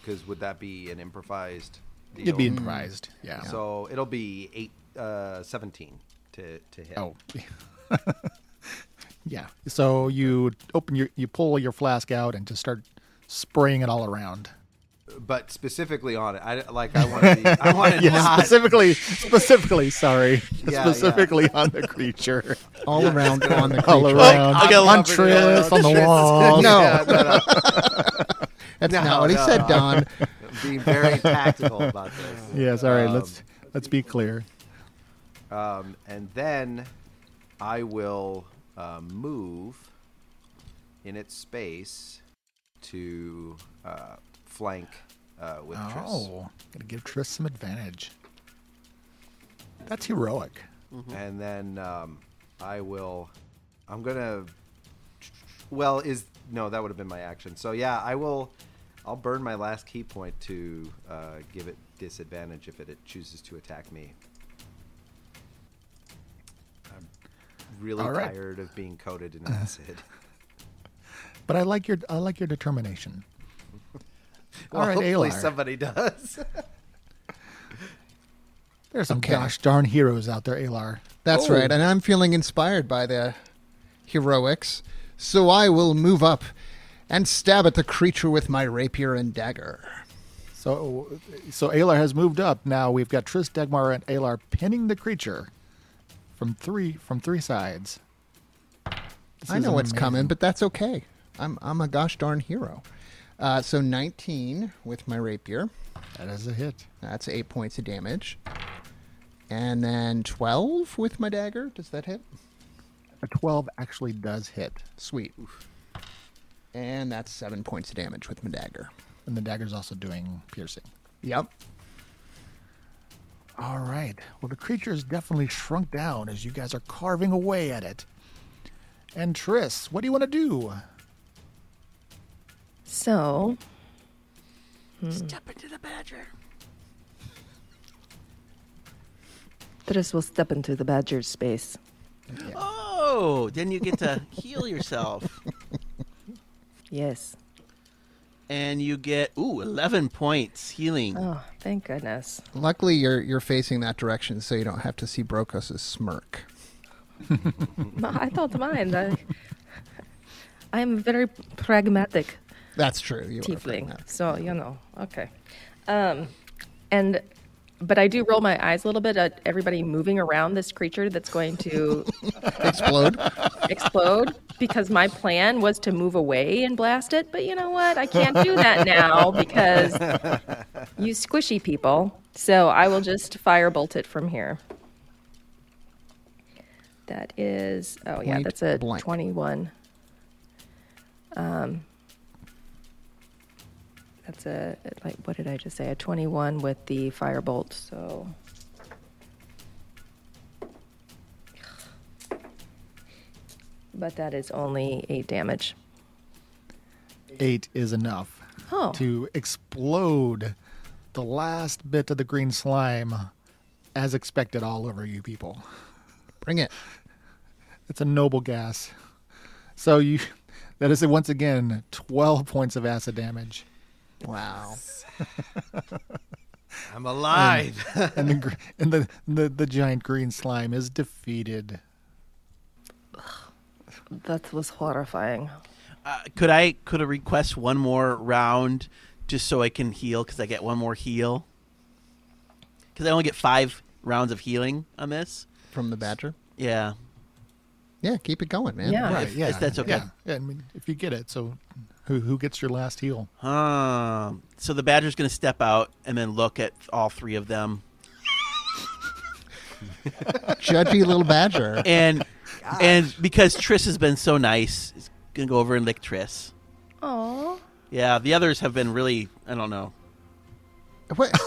Speaker 5: Because would that be an improvised? Deal?
Speaker 1: it'd be improvised. Yeah.
Speaker 5: So it'll be eight, uh, 17 to to hit.
Speaker 1: Oh. yeah. So you open your you pull your flask out and just start spraying it all around.
Speaker 5: but specifically on it. I like. I want to. I want to
Speaker 1: Yes,
Speaker 5: not.
Speaker 1: specifically, specifically, sorry,
Speaker 5: yeah.
Speaker 1: specifically on the creature, Oh,
Speaker 2: All around on the
Speaker 1: all
Speaker 2: creature.
Speaker 1: around,
Speaker 4: I got
Speaker 1: on
Speaker 5: covered in
Speaker 1: Tris,
Speaker 5: oil.
Speaker 1: on the
Speaker 5: Tris is-
Speaker 1: wall.
Speaker 2: No.
Speaker 5: Yeah, no, uh, no.
Speaker 2: That's
Speaker 5: No,
Speaker 2: not what he
Speaker 5: no,
Speaker 2: said,
Speaker 5: no.
Speaker 2: Don.
Speaker 5: Being very tactical about this.
Speaker 1: Yes, all right.
Speaker 5: Um,
Speaker 1: let's let's be clear.
Speaker 5: Um, and then I will uh, move in its space to uh, flank uh, with Triss.
Speaker 1: Oh, gonna give Tris some advantage. That's heroic. Mm-hmm.
Speaker 5: And then um, I will. I'm gonna. Well, is no, that would have been my action. So yeah, I will. I'll burn my last key point to uh, give it disadvantage if it, it chooses to attack me. I'm really
Speaker 1: All right.
Speaker 5: tired of being coated in acid.
Speaker 1: But I like your I like your determination.
Speaker 5: well,
Speaker 1: all right,
Speaker 5: hopefully
Speaker 1: Alar.
Speaker 5: somebody does.
Speaker 1: There's some
Speaker 2: Okay.
Speaker 1: gosh darn heroes out there, Alar.
Speaker 2: That's
Speaker 1: Oh.
Speaker 2: right, and I'm feeling inspired by the heroics, so I will move up and stab at the creature with my rapier and dagger.
Speaker 1: So, so Alar has moved up. Now we've got Tris, Dagmar, and Alar pinning the creature from three from three sides. This
Speaker 2: I
Speaker 1: is
Speaker 2: know what's
Speaker 1: amazing.
Speaker 2: coming, but that's okay. I'm I'm a gosh darn hero. Uh, so 19 with my rapier.
Speaker 1: That is a hit.
Speaker 2: That's eight points of damage, and then 12 with my dagger. Does that hit?
Speaker 1: A twelve actually does hit,
Speaker 2: Sweet. And that's seven points of damage with my dagger.
Speaker 1: and the dagger's also doing piercing.
Speaker 2: Yep.
Speaker 1: All right. Well, the creature is definitely shrunk down as you guys are carving away at it. And Tris, what do you want to do?
Speaker 3: So, hmm.
Speaker 4: Step into the badger.
Speaker 3: Beatrice will step into the badger's space.
Speaker 4: Oh, then you get to heal yourself.
Speaker 3: Yes.
Speaker 4: And you get, ooh, 11 points healing.
Speaker 3: Oh, thank goodness.
Speaker 2: Luckily, you're you're facing that direction, so you don't have to see Brokos's smirk.
Speaker 3: Ma- I thought mine. I, I am very pragmatic
Speaker 2: That's true. You are
Speaker 3: tiefling,
Speaker 2: pragmatic.
Speaker 3: so you know. Okay. Um, and but I do roll my eyes a little bit at everybody moving around this creature that's going to
Speaker 2: Explode.
Speaker 3: explode because my plan was to move away and blast it. But you know what? I can't do that now because you squishy people. So I will just firebolt it from here. That is, oh yeah,
Speaker 2: Point
Speaker 3: that's a
Speaker 2: blank.
Speaker 3: 21. Um, that's a, like, what did I just say? A 21 with the firebolt. So But that is only eight damage.
Speaker 1: Eight is enough
Speaker 3: Oh.
Speaker 1: to explode the last bit of the green slime, as expected, all over you people.
Speaker 2: Bring it.
Speaker 1: It's a noble gas. So you, that is once again twelve points of acid damage,
Speaker 2: Wow.
Speaker 5: I'm alive.
Speaker 1: and the gr- and the, the the giant green slime is defeated.
Speaker 3: That was horrifying.
Speaker 4: Uh, could I could I request one more round just so I can heal because I get one more heal? Because I only get five rounds of healing on this.
Speaker 2: From the badger.
Speaker 4: Yeah.
Speaker 2: Yeah, keep it going, man.
Speaker 3: Yeah.
Speaker 1: Right? Yeah,
Speaker 4: if that's okay.
Speaker 1: Yeah, yeah, I mean, if you get it, so who who gets your last heal?
Speaker 4: Um, so the badger's going to step out and then look at all three of them
Speaker 2: Judgy little badger.
Speaker 4: and and because Triss has been so nice, he's gonna go over and lick Triss.
Speaker 3: Oh,
Speaker 4: Yeah, the others have been really. I don't know.
Speaker 2: What?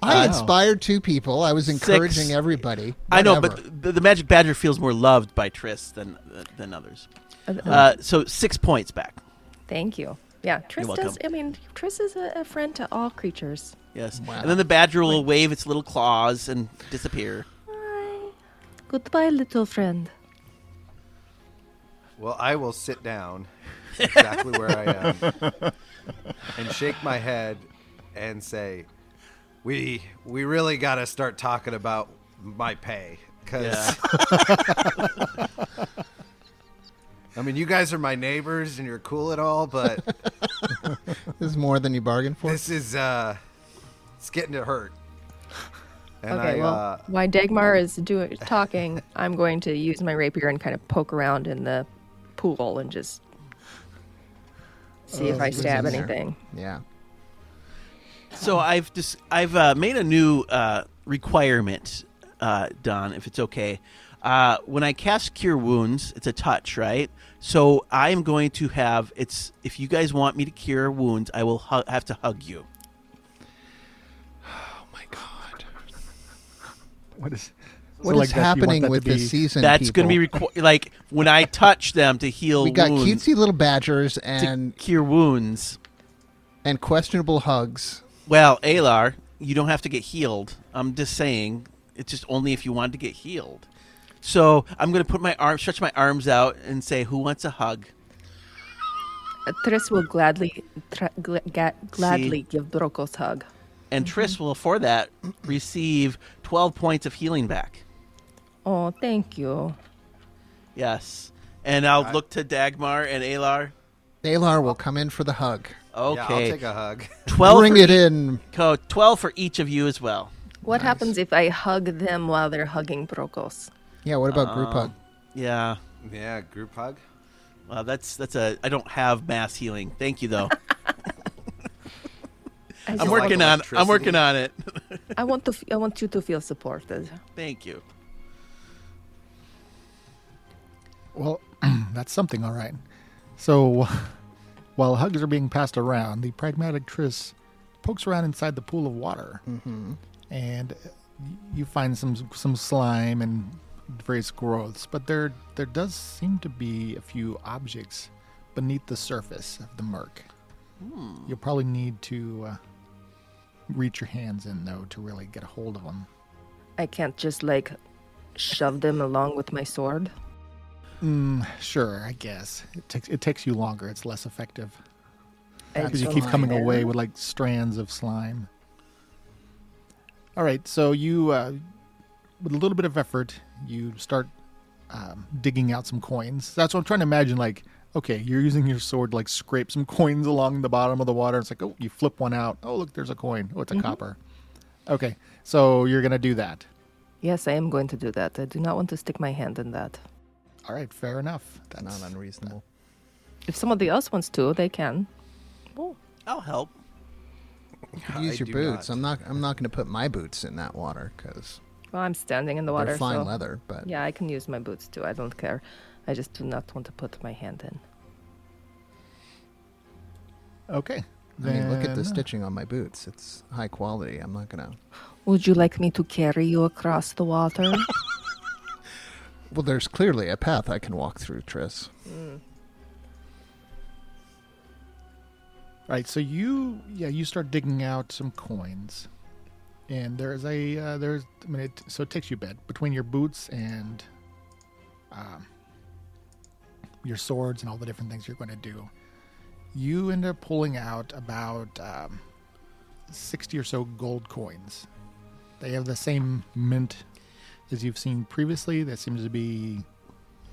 Speaker 2: I
Speaker 1: Wow.
Speaker 2: inspired two people. I was encouraging
Speaker 4: Six.
Speaker 2: everybody.
Speaker 4: I know,
Speaker 2: Whatever.
Speaker 4: but the, the Magic Badger feels more loved by Triss than than others. Uh, so six points back.
Speaker 3: Oh, Thank you. Yeah, Triss
Speaker 4: welcome.
Speaker 3: does. I mean, Triss is a, a friend to all creatures.
Speaker 4: Yes,
Speaker 2: Wow.
Speaker 4: and then the badger will wave its little claws and disappear.
Speaker 3: Bye. Goodbye, little friend.
Speaker 5: Well, I will sit down exactly where I am and shake my head and say, "We we really got to start talking about my pay cuz
Speaker 4: Yeah.
Speaker 5: I mean, you guys are my neighbors and you're cool and all, but
Speaker 2: this is more than you bargained for.
Speaker 5: this is uh it's getting to hurt." And
Speaker 3: okay,
Speaker 5: I
Speaker 3: well,
Speaker 5: uh
Speaker 3: while Dagmar is doing talking, I'm going to use my rapier and kind of poke around in the pool and just see if I
Speaker 2: who's
Speaker 3: stab
Speaker 2: in there?
Speaker 3: anything.
Speaker 2: yeah.
Speaker 4: So I've just I've uh, made a new uh, requirement, uh, Don, if it's okay. Uh, when I cast Cure Wounds, it's a touch, right? So I'm going to have it's. If you guys want me to cure wounds, I will hu- have to hug you.
Speaker 2: Oh
Speaker 1: What is
Speaker 2: What is
Speaker 1: so like that, you want
Speaker 2: happening
Speaker 1: that
Speaker 2: with
Speaker 1: to be,
Speaker 2: this season?
Speaker 4: That's going to be
Speaker 2: people?
Speaker 4: requ- like when I touch them to heal.
Speaker 2: we got
Speaker 4: wounds,
Speaker 2: cutesy little badgers
Speaker 4: to
Speaker 2: and
Speaker 4: cure wounds.
Speaker 2: and questionable hugs.
Speaker 4: Well, Alar, you don't have to get healed. I'm just saying, it's just only if you want to get healed. So I'm going to put my arm, stretch my arms out, and say, "Who wants a hug?"
Speaker 3: Uh, Triss will gladly, tra- gla- ga- gladly give Brokos hug.
Speaker 4: And
Speaker 5: Mm-hmm.
Speaker 4: Triss will, for that, receive 12 points of healing back.
Speaker 3: Oh, thank you.
Speaker 4: Yes. And I'll look to Dagmar and Alar.
Speaker 2: Alar will come in for the hug.
Speaker 5: yeah, I'll
Speaker 4: Okay.
Speaker 5: take a hug.
Speaker 4: 12
Speaker 2: Bring
Speaker 4: for
Speaker 2: it
Speaker 4: ea-
Speaker 2: in.
Speaker 4: co- 12 for each of you as well.
Speaker 3: What happens if I hug them while they're hugging Brokos?
Speaker 2: Yeah. What about group hug?
Speaker 4: Yeah.
Speaker 5: yeah, group hug.
Speaker 4: Well, that's that's a I don't have mass healing. Thank you though.
Speaker 3: I,
Speaker 4: I'm
Speaker 3: just-
Speaker 5: like
Speaker 4: working on I'm
Speaker 5: electricity.
Speaker 4: working on it.
Speaker 3: I want to. f- I want you to feel supported.
Speaker 4: Thank you.
Speaker 1: Well, that's something, all right. So, while hugs are being passed around, the pragmatic Triss pokes around inside the pool of water, and uh, you find some some slime and various growths. But there there does seem to be a few objects beneath the surface of the murk. You'll probably need to uh, reach your hands in though to really get a hold of them.
Speaker 3: I can't just like shove them along with my sword.
Speaker 1: Mm, sure, I guess it takes it takes you longer. It's less effective because you
Speaker 3: It's
Speaker 1: keep coming
Speaker 3: fine.
Speaker 1: away with like strands of slime. All right, so you, uh, with a little bit of effort, you start um, digging out some coins. That's what I'm trying to imagine. Like, okay, you're using your sword to, like scrape some coins along the bottom of the water. It's like, oh, you flip one out. Oh, look, there's a coin. Oh, it's a
Speaker 2: Mm-hmm.
Speaker 1: copper. Okay, so you're gonna do that.
Speaker 3: Yes, I am going to do that. I do not want to stick my hand in that.
Speaker 1: All right, fair enough.
Speaker 6: Not
Speaker 1: That's
Speaker 6: unreasonable.
Speaker 3: If somebody else wants to, they can. Oh,
Speaker 4: I'll help.
Speaker 2: Use
Speaker 5: I
Speaker 2: your
Speaker 5: do
Speaker 2: boots.
Speaker 5: not.
Speaker 2: I'm not. I'm not going to put my boots in that water because
Speaker 3: well, I'm standing in the water.
Speaker 2: they're fine
Speaker 3: so
Speaker 2: leather. But
Speaker 3: Yeah, I can use my boots too. I don't care. I just do not want to put my hand in.
Speaker 1: okay.
Speaker 2: I mean, look at the
Speaker 1: Then- uh,
Speaker 2: stitching on my boots. It's high quality. I'm not going to.
Speaker 3: Would you like me to carry you across the water?
Speaker 2: Well, there's clearly a path I can walk through, Tris.
Speaker 1: Right. So you, yeah, you start digging out some coins, and there's a uh, there's I mean, it, so it takes you a bit between your boots and um, your swords and all the different things you're going to do. You end up pulling out about um, sixty or so gold coins. They have the same mint as you've seen previously. That seems to be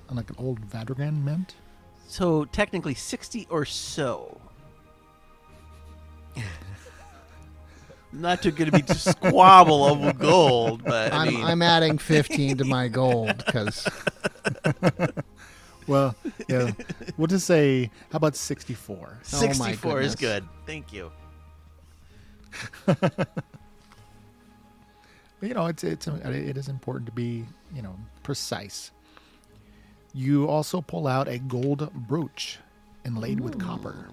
Speaker 1: uh, like an old Vadragan mint.
Speaker 4: So technically 60 or so. Not too good to be to squabble over gold, but I
Speaker 2: I'm,
Speaker 4: mean,
Speaker 2: I'm adding 15 to my gold because
Speaker 1: Well, yeah. we'll just say, how about 64?
Speaker 2: oh my
Speaker 4: 64 is
Speaker 2: goodness.
Speaker 4: good. Thank you.
Speaker 1: you know it's it's uh, it is important to be you know precise you also pull out a gold brooch inlaid with copper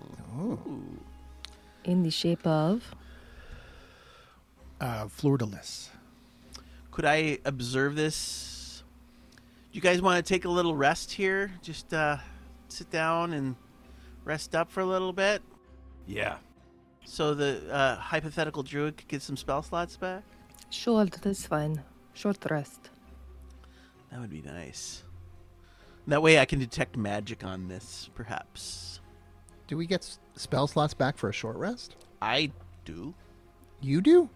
Speaker 3: in the shape of?
Speaker 1: uh, fleur de lis
Speaker 4: Could I observe this? You guys want to take a little rest here? Just uh, sit down and rest up for a little bit
Speaker 5: Yeah.
Speaker 4: so the uh, hypothetical druid could get some spell slots back?
Speaker 3: Short, that's fine. Short rest.
Speaker 4: That would be nice. That way I can detect magic on this, perhaps.
Speaker 2: do we get s- spell slots back for a short rest?
Speaker 4: I do.
Speaker 2: You do?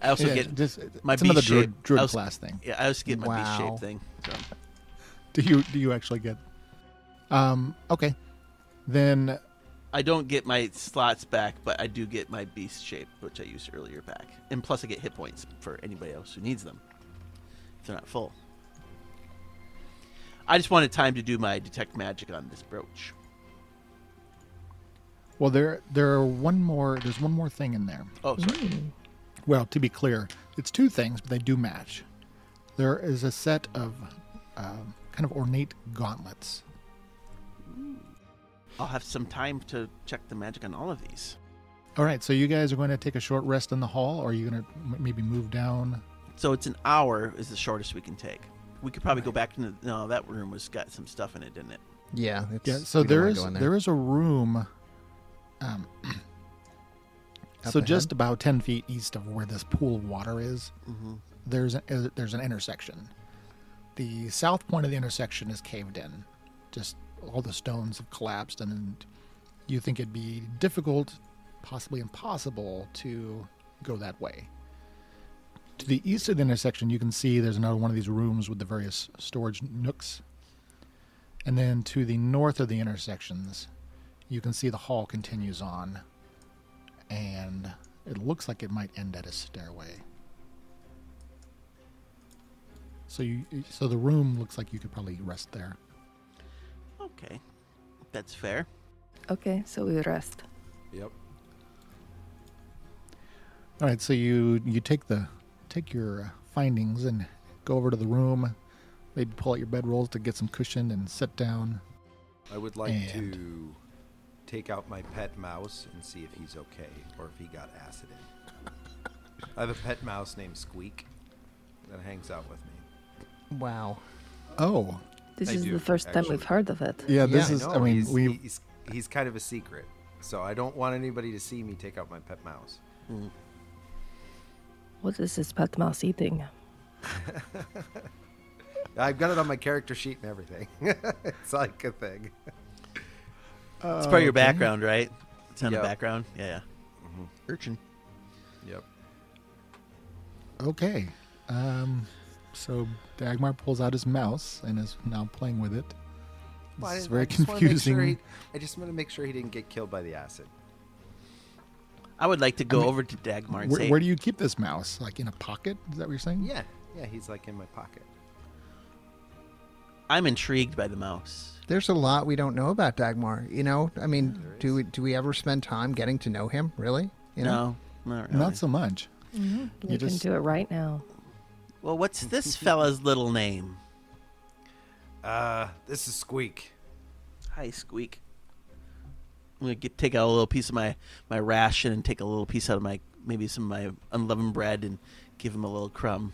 Speaker 4: I also
Speaker 1: Yeah,
Speaker 4: get
Speaker 1: just- uh,
Speaker 4: my
Speaker 1: it's another
Speaker 4: B-shape.
Speaker 1: druid, druid
Speaker 4: I was-
Speaker 1: class thing
Speaker 4: yeah, I also get my B
Speaker 2: Wow.
Speaker 4: shape thing. So.
Speaker 1: do you do you actually get um okay then
Speaker 4: I don't get my slots back, but I do get my beast shape, which I used earlier back. And plus, I get hit points for anybody else who needs them if they're not full. I just wanted time to do my detect magic on this brooch.
Speaker 1: well there there are one more there's one more thing in there
Speaker 4: Oh, sorry.
Speaker 1: Well, to be clear, it's two things, but they do match. There is a set of um, kind of ornate gauntlets.
Speaker 4: I'll have some time to check the magic on all of these.
Speaker 1: All right, so you guys are going to take a short rest in the hall, or are you going to m- maybe move down?
Speaker 4: So it's an hour is the shortest we can take. We could probably go back into no that room was got some stuff in it, didn't it?
Speaker 2: Yeah. It's,
Speaker 1: Yeah. So
Speaker 2: we don't
Speaker 1: there
Speaker 2: wanna
Speaker 1: is
Speaker 2: go in
Speaker 1: there is a room. Um,
Speaker 2: Up
Speaker 1: so just
Speaker 2: ahead?
Speaker 1: about ten feet east of where this pool of water is, there's a, uh, there's an intersection. The south point of the intersection is caved in. Just all the stones have collapsed, and you think it'd be difficult, possibly impossible, to go that way. To the east of the intersection, you can see there's another one of these rooms with the various storage nooks. And then to the north of the intersections, you can see the hall continues on. And it looks like it might end at a stairway. So you so the room looks like you could probably rest there.
Speaker 4: Okay. That's fair.
Speaker 3: Okay, so we rest.
Speaker 5: Yep.
Speaker 1: All right, so you you take the take your uh, findings and go over to the room, maybe pull out your bedrolls to get some cushion and sit down.
Speaker 5: I would like
Speaker 1: And-
Speaker 5: to take out my pet mouse and see if he's okay or if he got acid in. I have a pet mouse named Squeak that hangs out with me.
Speaker 2: Wow.
Speaker 1: Oh,
Speaker 3: This
Speaker 5: I
Speaker 3: is
Speaker 5: do,
Speaker 3: the first time we've
Speaker 5: actually.
Speaker 3: heard of it.
Speaker 1: yeah, this
Speaker 2: Yeah, I
Speaker 1: is. I,
Speaker 5: No,
Speaker 1: mean,
Speaker 5: he's,
Speaker 1: we
Speaker 5: he's he's kind of a secret, so I don't want anybody to see me take out my pet mouse.
Speaker 3: What is this pet mouse E eating?
Speaker 5: I've got it on my character sheet and everything. it's like a thing.
Speaker 4: It's part of your background, right? It's on
Speaker 5: Yep.
Speaker 4: the background. Yeah. yeah. Urchin.
Speaker 5: Yep.
Speaker 1: Okay. Um, so Dagmar pulls out his mouse and is now playing with it. This
Speaker 5: Well, I-
Speaker 1: is
Speaker 5: I
Speaker 1: very
Speaker 5: just wanna make sure
Speaker 1: confusing.
Speaker 5: he- I just want to make sure he didn't get killed by the acid.
Speaker 4: I would like to go over to Dagmar and
Speaker 1: Where,
Speaker 4: say,
Speaker 1: where do you keep this mouse? Like in a pocket? Is that what you're saying?
Speaker 5: Yeah, yeah, he's like in my pocket.
Speaker 4: I'm intrigued by the mouse.
Speaker 2: There's a lot we don't know about Dagmar. You know, I mean, do we do we ever spend time getting to know him? Really? You know,
Speaker 4: No, not really.
Speaker 1: Not so much.
Speaker 3: We can
Speaker 1: just-
Speaker 3: do it right now.
Speaker 4: Well, what's this fella's little name?
Speaker 5: Uh, this is Squeak.
Speaker 4: Hi, Squeak. I'm gonna get, take out a little piece of my my ration and take a little piece out of my maybe some of my unleavened bread and give him a little crumb.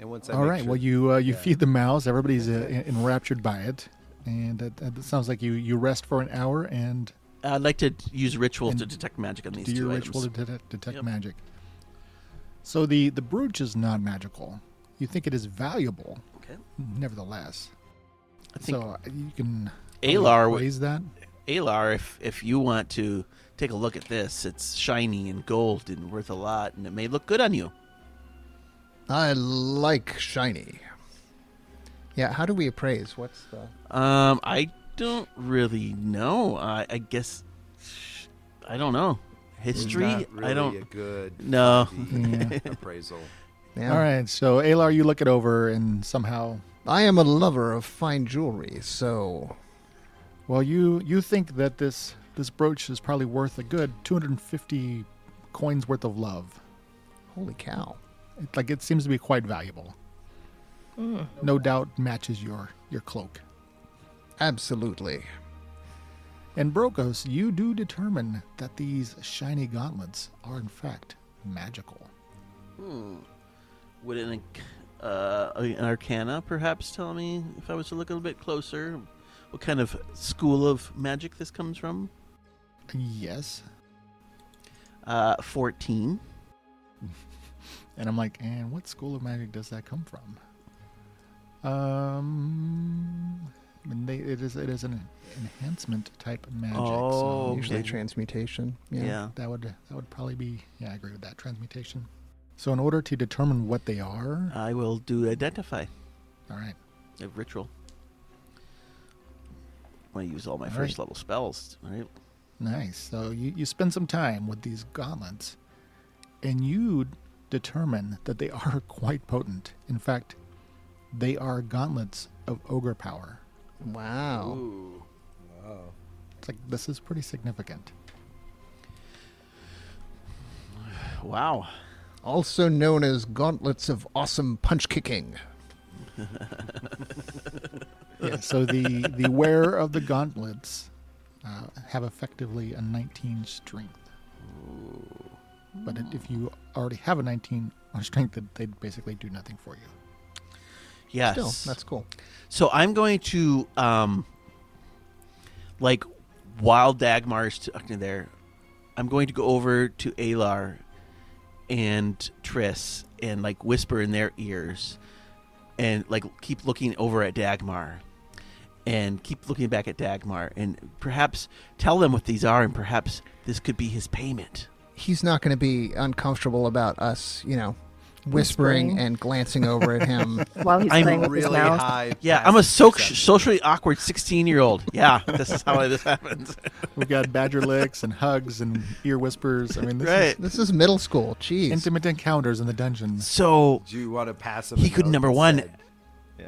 Speaker 5: And once I
Speaker 1: All
Speaker 5: make
Speaker 1: right.
Speaker 5: sure-
Speaker 1: Well, you uh, you feed the mouse. Everybody's uh, en- enraptured by it, and that, that sounds like you you rest for an hour and
Speaker 4: I'd like to use ritual
Speaker 1: And
Speaker 4: to detect magic on these
Speaker 1: do
Speaker 4: two
Speaker 1: your
Speaker 4: items.
Speaker 1: ritual to detect, detect
Speaker 4: Yep.
Speaker 1: magic. So the the brooch is not magical. You think it is valuable,
Speaker 4: Okay.
Speaker 1: nevertheless.
Speaker 4: I think
Speaker 1: So uh, you can
Speaker 4: Alar would-
Speaker 1: raise that.
Speaker 4: Alar, if if you want to take a look at this, it's shiny and gold and worth a lot, and it may look good on you.
Speaker 2: I like shiny. Yeah. How do we appraise? What's the?
Speaker 4: Um, I don't really know. I, I guess I don't know
Speaker 5: It's
Speaker 4: history.
Speaker 5: not really
Speaker 4: I don't.
Speaker 5: a good
Speaker 4: No.
Speaker 5: 5e appraisal.
Speaker 2: Yeah.
Speaker 1: All right. So Alar, you look it over and somehow
Speaker 2: I am a lover of fine jewelry, so
Speaker 1: Well, you you think that this this brooch is probably worth a good 250 coins worth of love.
Speaker 2: holy cow.
Speaker 1: It, like it seems to be quite valuable. No doubt matches your your cloak.
Speaker 2: Absolutely.
Speaker 1: And Brokos, you do determine that these shiny gauntlets are in fact magical.
Speaker 4: Would an uh, an arcana perhaps tell me if I was to look a little bit closer? What kind of school of magic this comes from?
Speaker 1: Yes.
Speaker 4: Uh, fourteen.
Speaker 1: And I'm like, and what school of magic does that come from? Um, I mean, they, it is it is an enhancement type magic. so
Speaker 4: Oh,
Speaker 2: Usually
Speaker 4: Okay.
Speaker 2: transmutation.
Speaker 4: Yeah.
Speaker 2: Yeah.
Speaker 1: That would that would probably be yeah, I agree with that transmutation. So in order to determine what they are,
Speaker 4: I will do identify
Speaker 1: all right.
Speaker 4: a ritual. I use all my
Speaker 1: All
Speaker 4: first
Speaker 1: right.
Speaker 4: level spells, right?
Speaker 1: Nice. So you, you spend some time with these gauntlets and you determine that they are quite potent. In fact, they are gauntlets of ogre power.
Speaker 2: Wow.
Speaker 5: Ooh, wow.
Speaker 1: It's like this is pretty significant.
Speaker 4: Wow.
Speaker 2: Also known as gauntlets of awesome punch kicking.
Speaker 1: Yeah, so the the wearer of the gauntlets uh, have effectively a 19 strength. But it, if you already have a 19 on strength, then they basically do nothing for you.
Speaker 4: Yes.
Speaker 2: Still, that's cool.
Speaker 4: So I'm going to, um, like, while Dagmar's talking there, I'm going to go over to Alar and Triss and, like, whisper in their ears and, like, keep looking over at Dagmar and keep looking back at Dagmar and perhaps tell them what these are and perhaps this could be his payment.
Speaker 2: He's not going to be uncomfortable about us, you know, whispering,
Speaker 3: Whispering.
Speaker 2: and glancing over at him.
Speaker 3: While he's
Speaker 4: I'm
Speaker 3: playing with his
Speaker 5: Really
Speaker 3: mouse.
Speaker 5: high.
Speaker 4: Yeah, I'm a so- socially awkward 16 year old. Yeah, this is how this happens.
Speaker 1: We've got badger licks and hugs and ear whispers. I mean, this
Speaker 4: right.
Speaker 1: is
Speaker 2: this is middle school. Jeez.
Speaker 1: intimate encounters in the dungeons.
Speaker 4: So
Speaker 5: Do you want to pass him?
Speaker 4: He
Speaker 5: a
Speaker 4: could,
Speaker 5: note
Speaker 4: number
Speaker 5: that
Speaker 4: one,
Speaker 5: said,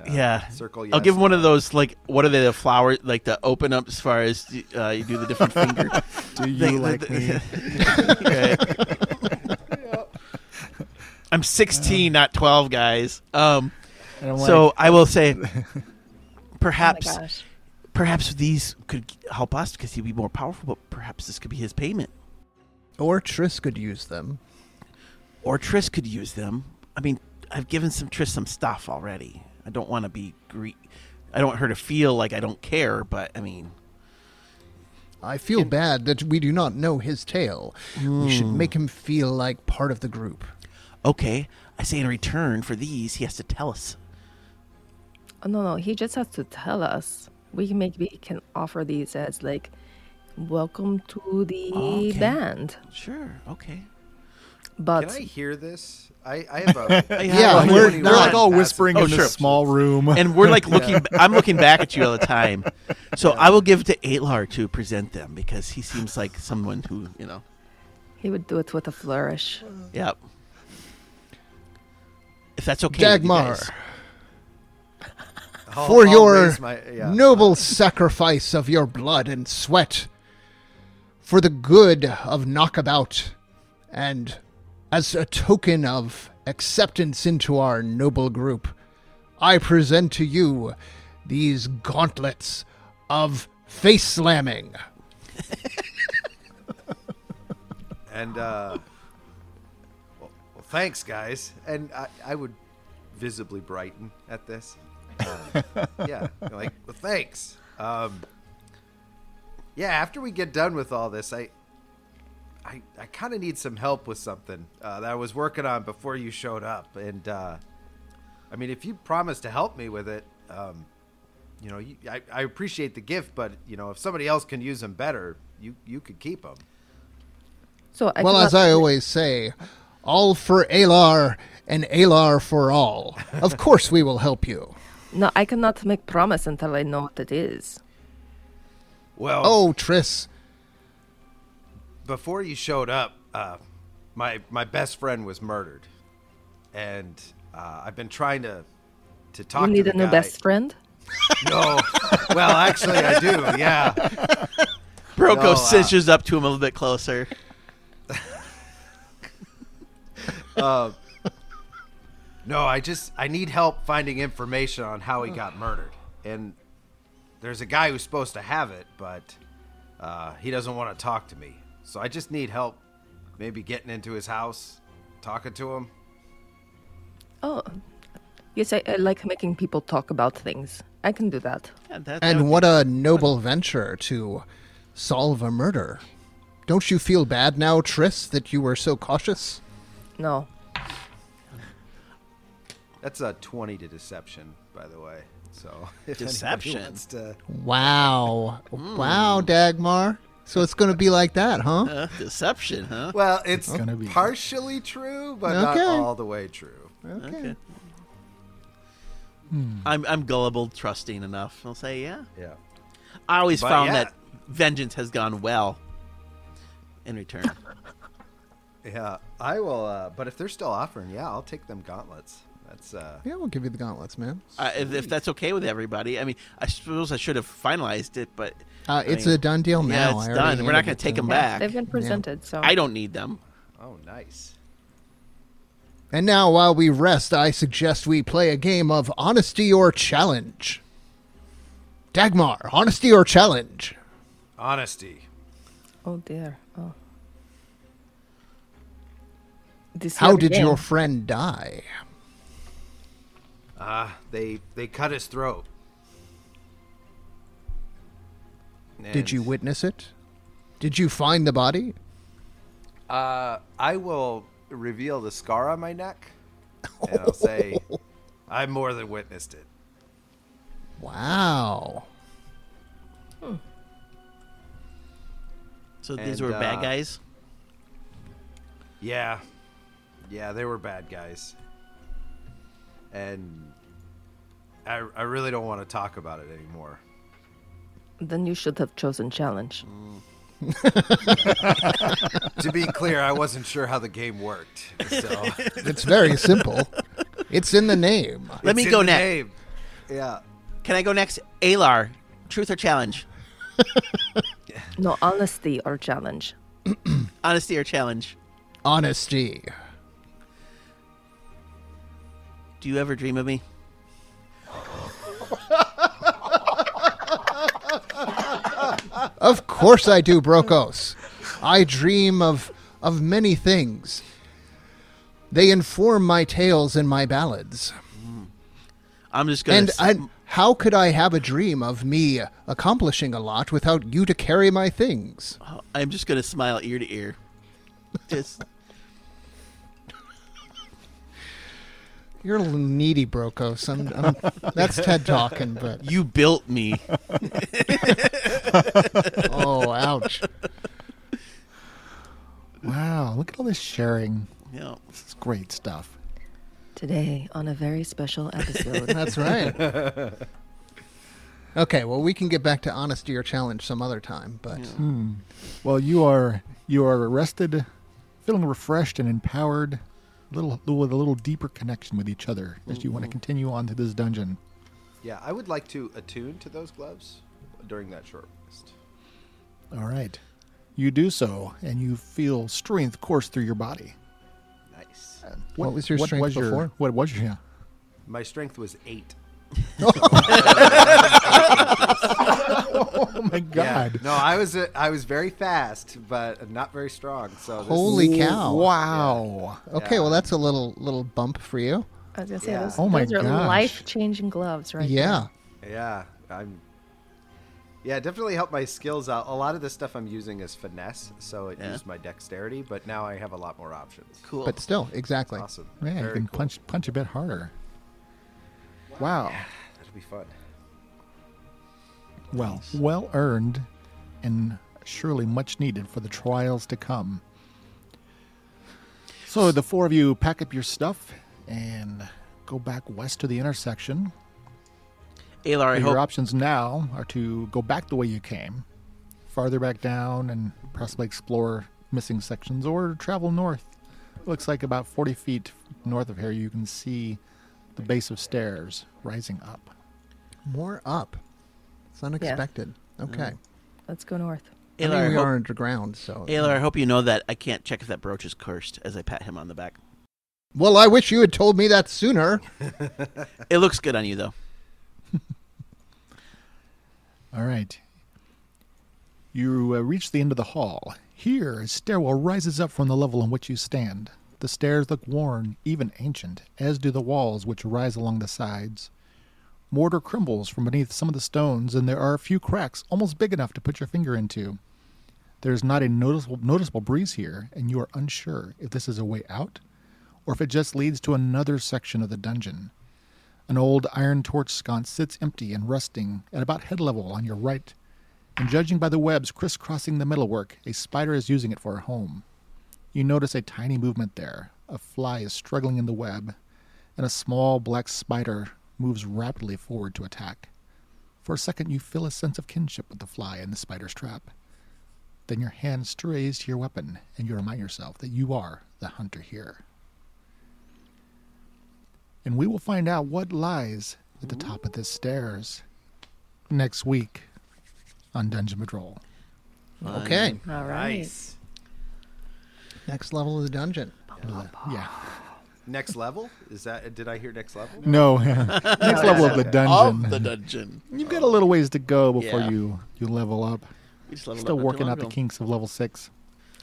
Speaker 4: Yeah.
Speaker 5: Uh, Circle
Speaker 4: I'll
Speaker 5: yes,
Speaker 4: give him one of those like what are they the flower like the open up as far as uh, you do the different finger.
Speaker 1: Do you
Speaker 4: They-
Speaker 1: like me?
Speaker 4: Okay. I'm 16, not 12, guys. Um,
Speaker 1: And I'm like,
Speaker 4: so I will say, perhaps,
Speaker 3: Oh my gosh.
Speaker 4: perhaps these could help us because he'd be more powerful. But perhaps this could be his payment,
Speaker 2: or Triss could use them.
Speaker 4: or Triss could use them. I mean, I've given some Triss some stuff already. I don't want to be gre- I don't want her to feel like I don't care, but I mean,
Speaker 2: I feel bad that we do not know his tale. We should make him feel like part of the group.
Speaker 4: Okay, I say in return for these, he has to tell us.
Speaker 3: Oh, no, no. He just has to tell us. We can maybe can offer these as like, welcome to the
Speaker 4: Okay.
Speaker 3: band.
Speaker 4: Sure. Okay.
Speaker 3: But
Speaker 5: Can I hear this? I, I have a.
Speaker 1: Yeah,
Speaker 4: Oh,
Speaker 1: we're,
Speaker 5: yeah.
Speaker 1: they're like all
Speaker 5: Passive.
Speaker 1: whispering
Speaker 4: Oh,
Speaker 1: in
Speaker 4: sure.
Speaker 1: this small room.
Speaker 4: and we're like looking. I'm looking back at you all the time. So I will give it to Alar to present them because he seems like someone who you know.
Speaker 3: he would do it with a flourish.
Speaker 4: Yep. If that's okay. with you
Speaker 2: Dagmar,
Speaker 4: guys.
Speaker 5: I'll-
Speaker 2: for
Speaker 5: I'll
Speaker 2: your
Speaker 5: raise my- yeah.
Speaker 2: noble sacrifice of your blood and sweat, for the good of Knockabout, and as a token of acceptance into our noble group, I present to you these gauntlets of face slamming.
Speaker 5: And uh, well, well, thanks, guys. And I, I would visibly brighten at this. Um, yeah, like well, thanks. Um, yeah, after we get done with all this, I, I, I kind of need some help with something uh, that I was working on before you showed up. And uh, I mean, if you promise to help me with it, um, you know, you, I, I appreciate the gift, but you know, if somebody else can use them better, you you could keep them.
Speaker 3: So I
Speaker 2: well,
Speaker 3: cannot-
Speaker 2: as I always say, all for Alar and Alar for all. Of course, we will help you.
Speaker 3: no, I cannot make promise until I know what it is.
Speaker 5: Well,
Speaker 2: Oh, Triss,
Speaker 5: before you showed up, uh, my my best friend was murdered, and uh, I've been trying to to talk.
Speaker 3: You need
Speaker 5: to
Speaker 3: a
Speaker 5: the
Speaker 3: new
Speaker 5: guy.
Speaker 3: best friend.
Speaker 5: No, well, actually, I do. Yeah,
Speaker 4: Broco
Speaker 5: No, uh,
Speaker 4: cinches up to him a little bit closer.
Speaker 5: no, I just I need help finding information on how he got murdered, and there's a guy who's supposed to have it, but uh, he doesn't want to talk to me. So I just need help, maybe getting into his house, talking to him.
Speaker 3: Oh, yes, I, I like making people talk about things. I can do that.
Speaker 4: Yeah, that- that would
Speaker 2: and
Speaker 4: be-
Speaker 2: what a noble venture to solve a murder. Don't you feel bad now, Triss, that you were so cautious?
Speaker 3: No,
Speaker 5: That's a twenty to deception, by the way. So if anybody
Speaker 4: Deception?
Speaker 5: wants to-
Speaker 2: Wow.
Speaker 4: Hmm.
Speaker 2: Wow, Dagmar. So it's going to be like that, huh?
Speaker 4: uh, deception, huh?
Speaker 5: Well, it's,
Speaker 1: gonna be-
Speaker 5: partially true, but
Speaker 2: Okay.
Speaker 5: not all the way true.
Speaker 4: Okay. I'm I'm gullible, trusting enough. I'll say, yeah.
Speaker 5: Yeah.
Speaker 4: I always
Speaker 5: But
Speaker 4: found
Speaker 5: yeah.
Speaker 4: that vengeance has gone well. In return,
Speaker 5: Yeah. I will uh but if they're still offering, yeah, I'll take them gauntlets. That's uh
Speaker 2: Yeah, we'll give you the gauntlets, man.
Speaker 4: uh, if, if that's okay with everybody, I mean, I suppose I should have finalized it, but
Speaker 2: Uh,
Speaker 4: I
Speaker 2: it's
Speaker 4: mean,
Speaker 2: a done deal now.
Speaker 4: yeah, it's
Speaker 2: I already
Speaker 4: done. We're not
Speaker 2: handed
Speaker 4: going
Speaker 2: it
Speaker 4: to take
Speaker 2: to
Speaker 4: them
Speaker 2: him.
Speaker 4: back.
Speaker 3: they've been presented. So
Speaker 4: I don't need them.
Speaker 5: oh nice.
Speaker 2: And now, while we rest, I suggest we play a game of honesty or challenge. Dagmar, honesty or challenge?
Speaker 5: Honesty.
Speaker 3: Oh dear. Oh. This
Speaker 2: How
Speaker 3: here
Speaker 2: did
Speaker 3: again.
Speaker 2: your friend die?
Speaker 5: Uh they they cut his throat.
Speaker 2: Did
Speaker 5: And,
Speaker 2: you witness it? Did you find the body?
Speaker 5: uh I will reveal the scar on my neck and I'll say I more than witnessed it.
Speaker 2: Wow.
Speaker 4: So these
Speaker 5: And,
Speaker 4: were bad
Speaker 5: uh,
Speaker 4: guys.
Speaker 5: Yeah. Yeah, they were bad guys. And I, I really don't want to talk about it anymore.
Speaker 3: Then you should have chosen challenge.
Speaker 5: to be clear, I wasn't sure how the game worked. So
Speaker 2: It's very simple. it's in the name.
Speaker 4: Let me
Speaker 5: It's in
Speaker 4: go
Speaker 5: the
Speaker 4: next.
Speaker 5: name. Yeah.
Speaker 4: Can I go next? Alar, truth or challenge?
Speaker 3: No honesty or challenge.
Speaker 4: Honesty or challenge?
Speaker 2: Honesty.
Speaker 4: Do you ever dream of me?
Speaker 2: Of course I do, Brokos. I dream of of many things. They inform my tales and my ballads.
Speaker 4: I'm just
Speaker 2: And
Speaker 4: going
Speaker 2: I-
Speaker 4: to
Speaker 2: How could I have a dream of me accomplishing a lot without you to carry my things?
Speaker 4: Oh, I'm just gonna smile ear to ear. Just
Speaker 2: You're a little needy, Brokos. I'm, I'm, that's Ted talking, but
Speaker 4: you built me.
Speaker 2: oh, ouch.
Speaker 1: Wow, look at all this sharing.
Speaker 4: You know,
Speaker 1: This is great stuff.
Speaker 3: Today on a very special episode.
Speaker 2: That's right. Okay, well, we can get back to honesty or challenge some other time, but
Speaker 1: Well, you are you are arrested, feeling refreshed and empowered, a little with a little deeper connection with each other as you want to continue on to this dungeon.
Speaker 5: Yeah, I would like to attune to those gloves during that short rest.
Speaker 1: All right, you do so, and you feel strength course through your body.
Speaker 5: Nice.
Speaker 2: What was your strength
Speaker 1: was your-
Speaker 2: before?
Speaker 1: what was your? Yeah.
Speaker 5: My strength was eight.
Speaker 1: Oh my God!
Speaker 5: Yeah. No, I was uh, I was very fast, but not very strong. So this is-
Speaker 2: Holy cow.
Speaker 1: Wow! Oh,
Speaker 2: Okay, well, that's a little little bump for you.
Speaker 3: I was gonna say
Speaker 5: Yeah.
Speaker 3: those,
Speaker 1: Oh my
Speaker 3: those are
Speaker 1: gosh.
Speaker 3: life changing gloves, right?
Speaker 2: Yeah.
Speaker 5: Yeah, I'm. Yeah, it definitely helped my skills out. A lot of the stuff I'm using is finesse, so it
Speaker 4: Yeah.
Speaker 5: used my dexterity, but now I have a lot more options.
Speaker 4: cool.
Speaker 2: But still, exactly.
Speaker 5: Awesome.
Speaker 1: Yeah, you
Speaker 5: Very
Speaker 1: can
Speaker 5: cool.
Speaker 1: punch punch a bit harder. Wow.
Speaker 5: That'll be fun.
Speaker 1: Well, well earned, and surely much needed for the trials to come. So the four of you pack up your stuff and go back west to the intersection.
Speaker 4: Alar, I
Speaker 1: your
Speaker 4: hope
Speaker 1: options now are to go back the way you came, farther back down, and possibly explore missing sections, or travel north. Looks like about forty feet north of here, you can see the base of stairs rising up.
Speaker 2: More up. It's unexpected. Okay.
Speaker 3: Let's go north.
Speaker 2: I
Speaker 4: Alar,
Speaker 2: mean,
Speaker 4: I
Speaker 2: we
Speaker 4: hope,
Speaker 2: are underground, so.
Speaker 4: Alar, I hope you know that I can't check if that brooch is cursed as I pat him on the back.
Speaker 2: Well, I wish you had told me that sooner.
Speaker 4: It looks good on you though.
Speaker 1: All right. You uh, reach the end of the hall. Here, a stairwell rises up from the level on which you stand. The stairs look worn, even ancient, as do the walls which rise along the sides. Mortar crumbles from beneath some of the stones, and there are a few cracks almost big enough to put your finger into. There is not a noticeable, noticeable breeze here, and you are unsure if this is a way out or if it just leads to another section of the dungeon. An old iron torch sconce sits empty and rusting at about head level on your right, and judging by the webs crisscrossing the metalwork, a spider is using it for a home. You notice a tiny movement there. A fly is struggling in the web, and a small black spider moves rapidly forward to attack. For a second, you feel a sense of kinship with the fly and the spider's trap. Then your hand strays to your weapon, and you remind yourself that you are the hunter here and we will find out what lies at the top of this stairs next week on Dungeon Patrol.
Speaker 2: Okay.
Speaker 3: All right.
Speaker 5: Nice.
Speaker 2: Next level of the dungeon.
Speaker 1: Yeah.
Speaker 5: Next level? Is that? Did I hear next level?
Speaker 1: No. next level of the dungeon.
Speaker 4: Of the dungeon.
Speaker 1: You've got a little ways to go before
Speaker 4: Yeah.
Speaker 1: you you level up.
Speaker 4: We just leveled
Speaker 1: Still
Speaker 4: up not too
Speaker 1: working
Speaker 4: long
Speaker 1: out the
Speaker 4: ago.
Speaker 1: kinks of level six.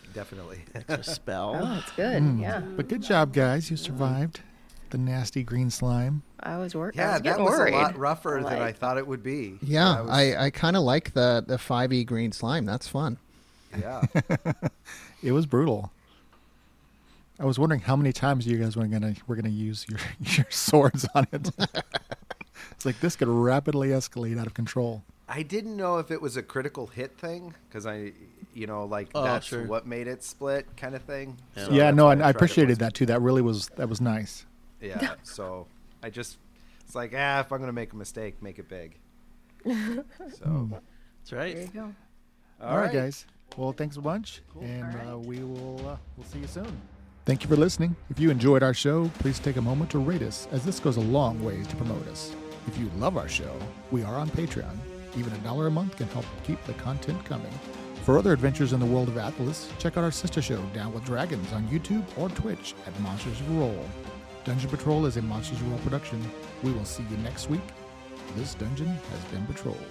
Speaker 1: Mm.
Speaker 5: Definitely.
Speaker 4: It's a
Speaker 3: Oh,
Speaker 4: spell.
Speaker 3: that's good.
Speaker 2: Mm.
Speaker 3: Yeah.
Speaker 1: But good job, guys. You survived the nasty green slime.
Speaker 3: I was worried. I
Speaker 5: Yeah,
Speaker 3: was
Speaker 5: that
Speaker 3: getting
Speaker 5: was
Speaker 3: worried.
Speaker 5: a lot rougher than I
Speaker 3: Like,
Speaker 5: thought it would be.
Speaker 2: Yeah,
Speaker 5: was-
Speaker 2: I, I kind of like the, the 5e green slime. That's fun.
Speaker 5: yeah.
Speaker 1: It was brutal. I was wondering how many times you guys were gonna were gonna use your, your swords on it. it's like this could rapidly escalate out of control.
Speaker 5: I didn't know if it was a critical hit thing because I, you know, like
Speaker 4: Oh,
Speaker 5: that's
Speaker 4: sure.
Speaker 5: what made it split kind of thing.
Speaker 4: Yeah.
Speaker 5: So
Speaker 1: yeah,
Speaker 5: that's
Speaker 1: no,
Speaker 5: why
Speaker 1: and I
Speaker 5: tried it
Speaker 1: appreciated
Speaker 5: once.
Speaker 1: that too. That really was that was nice.
Speaker 5: Yeah. So I just, it's like, ah, if I'm going to make a mistake, make it big. So,
Speaker 4: That's right.
Speaker 3: There you go.
Speaker 1: All right, guys. Well, thanks a bunch, and uh, we will uh, we'll see you soon. Thank you for listening. If you enjoyed our show, please take a moment to rate us, as this goes a long ways to promote us. If you love our show, we are on Patreon. Even a dollar a month can help keep the content coming. For other adventures in the world of Atlas, check out our sister show, Down with Dragons, on YouTube or Twitch at Monsters of Roll. Dungeon Patrol is a Monsters of Roll production. We will see you next week. This dungeon has been patrolled.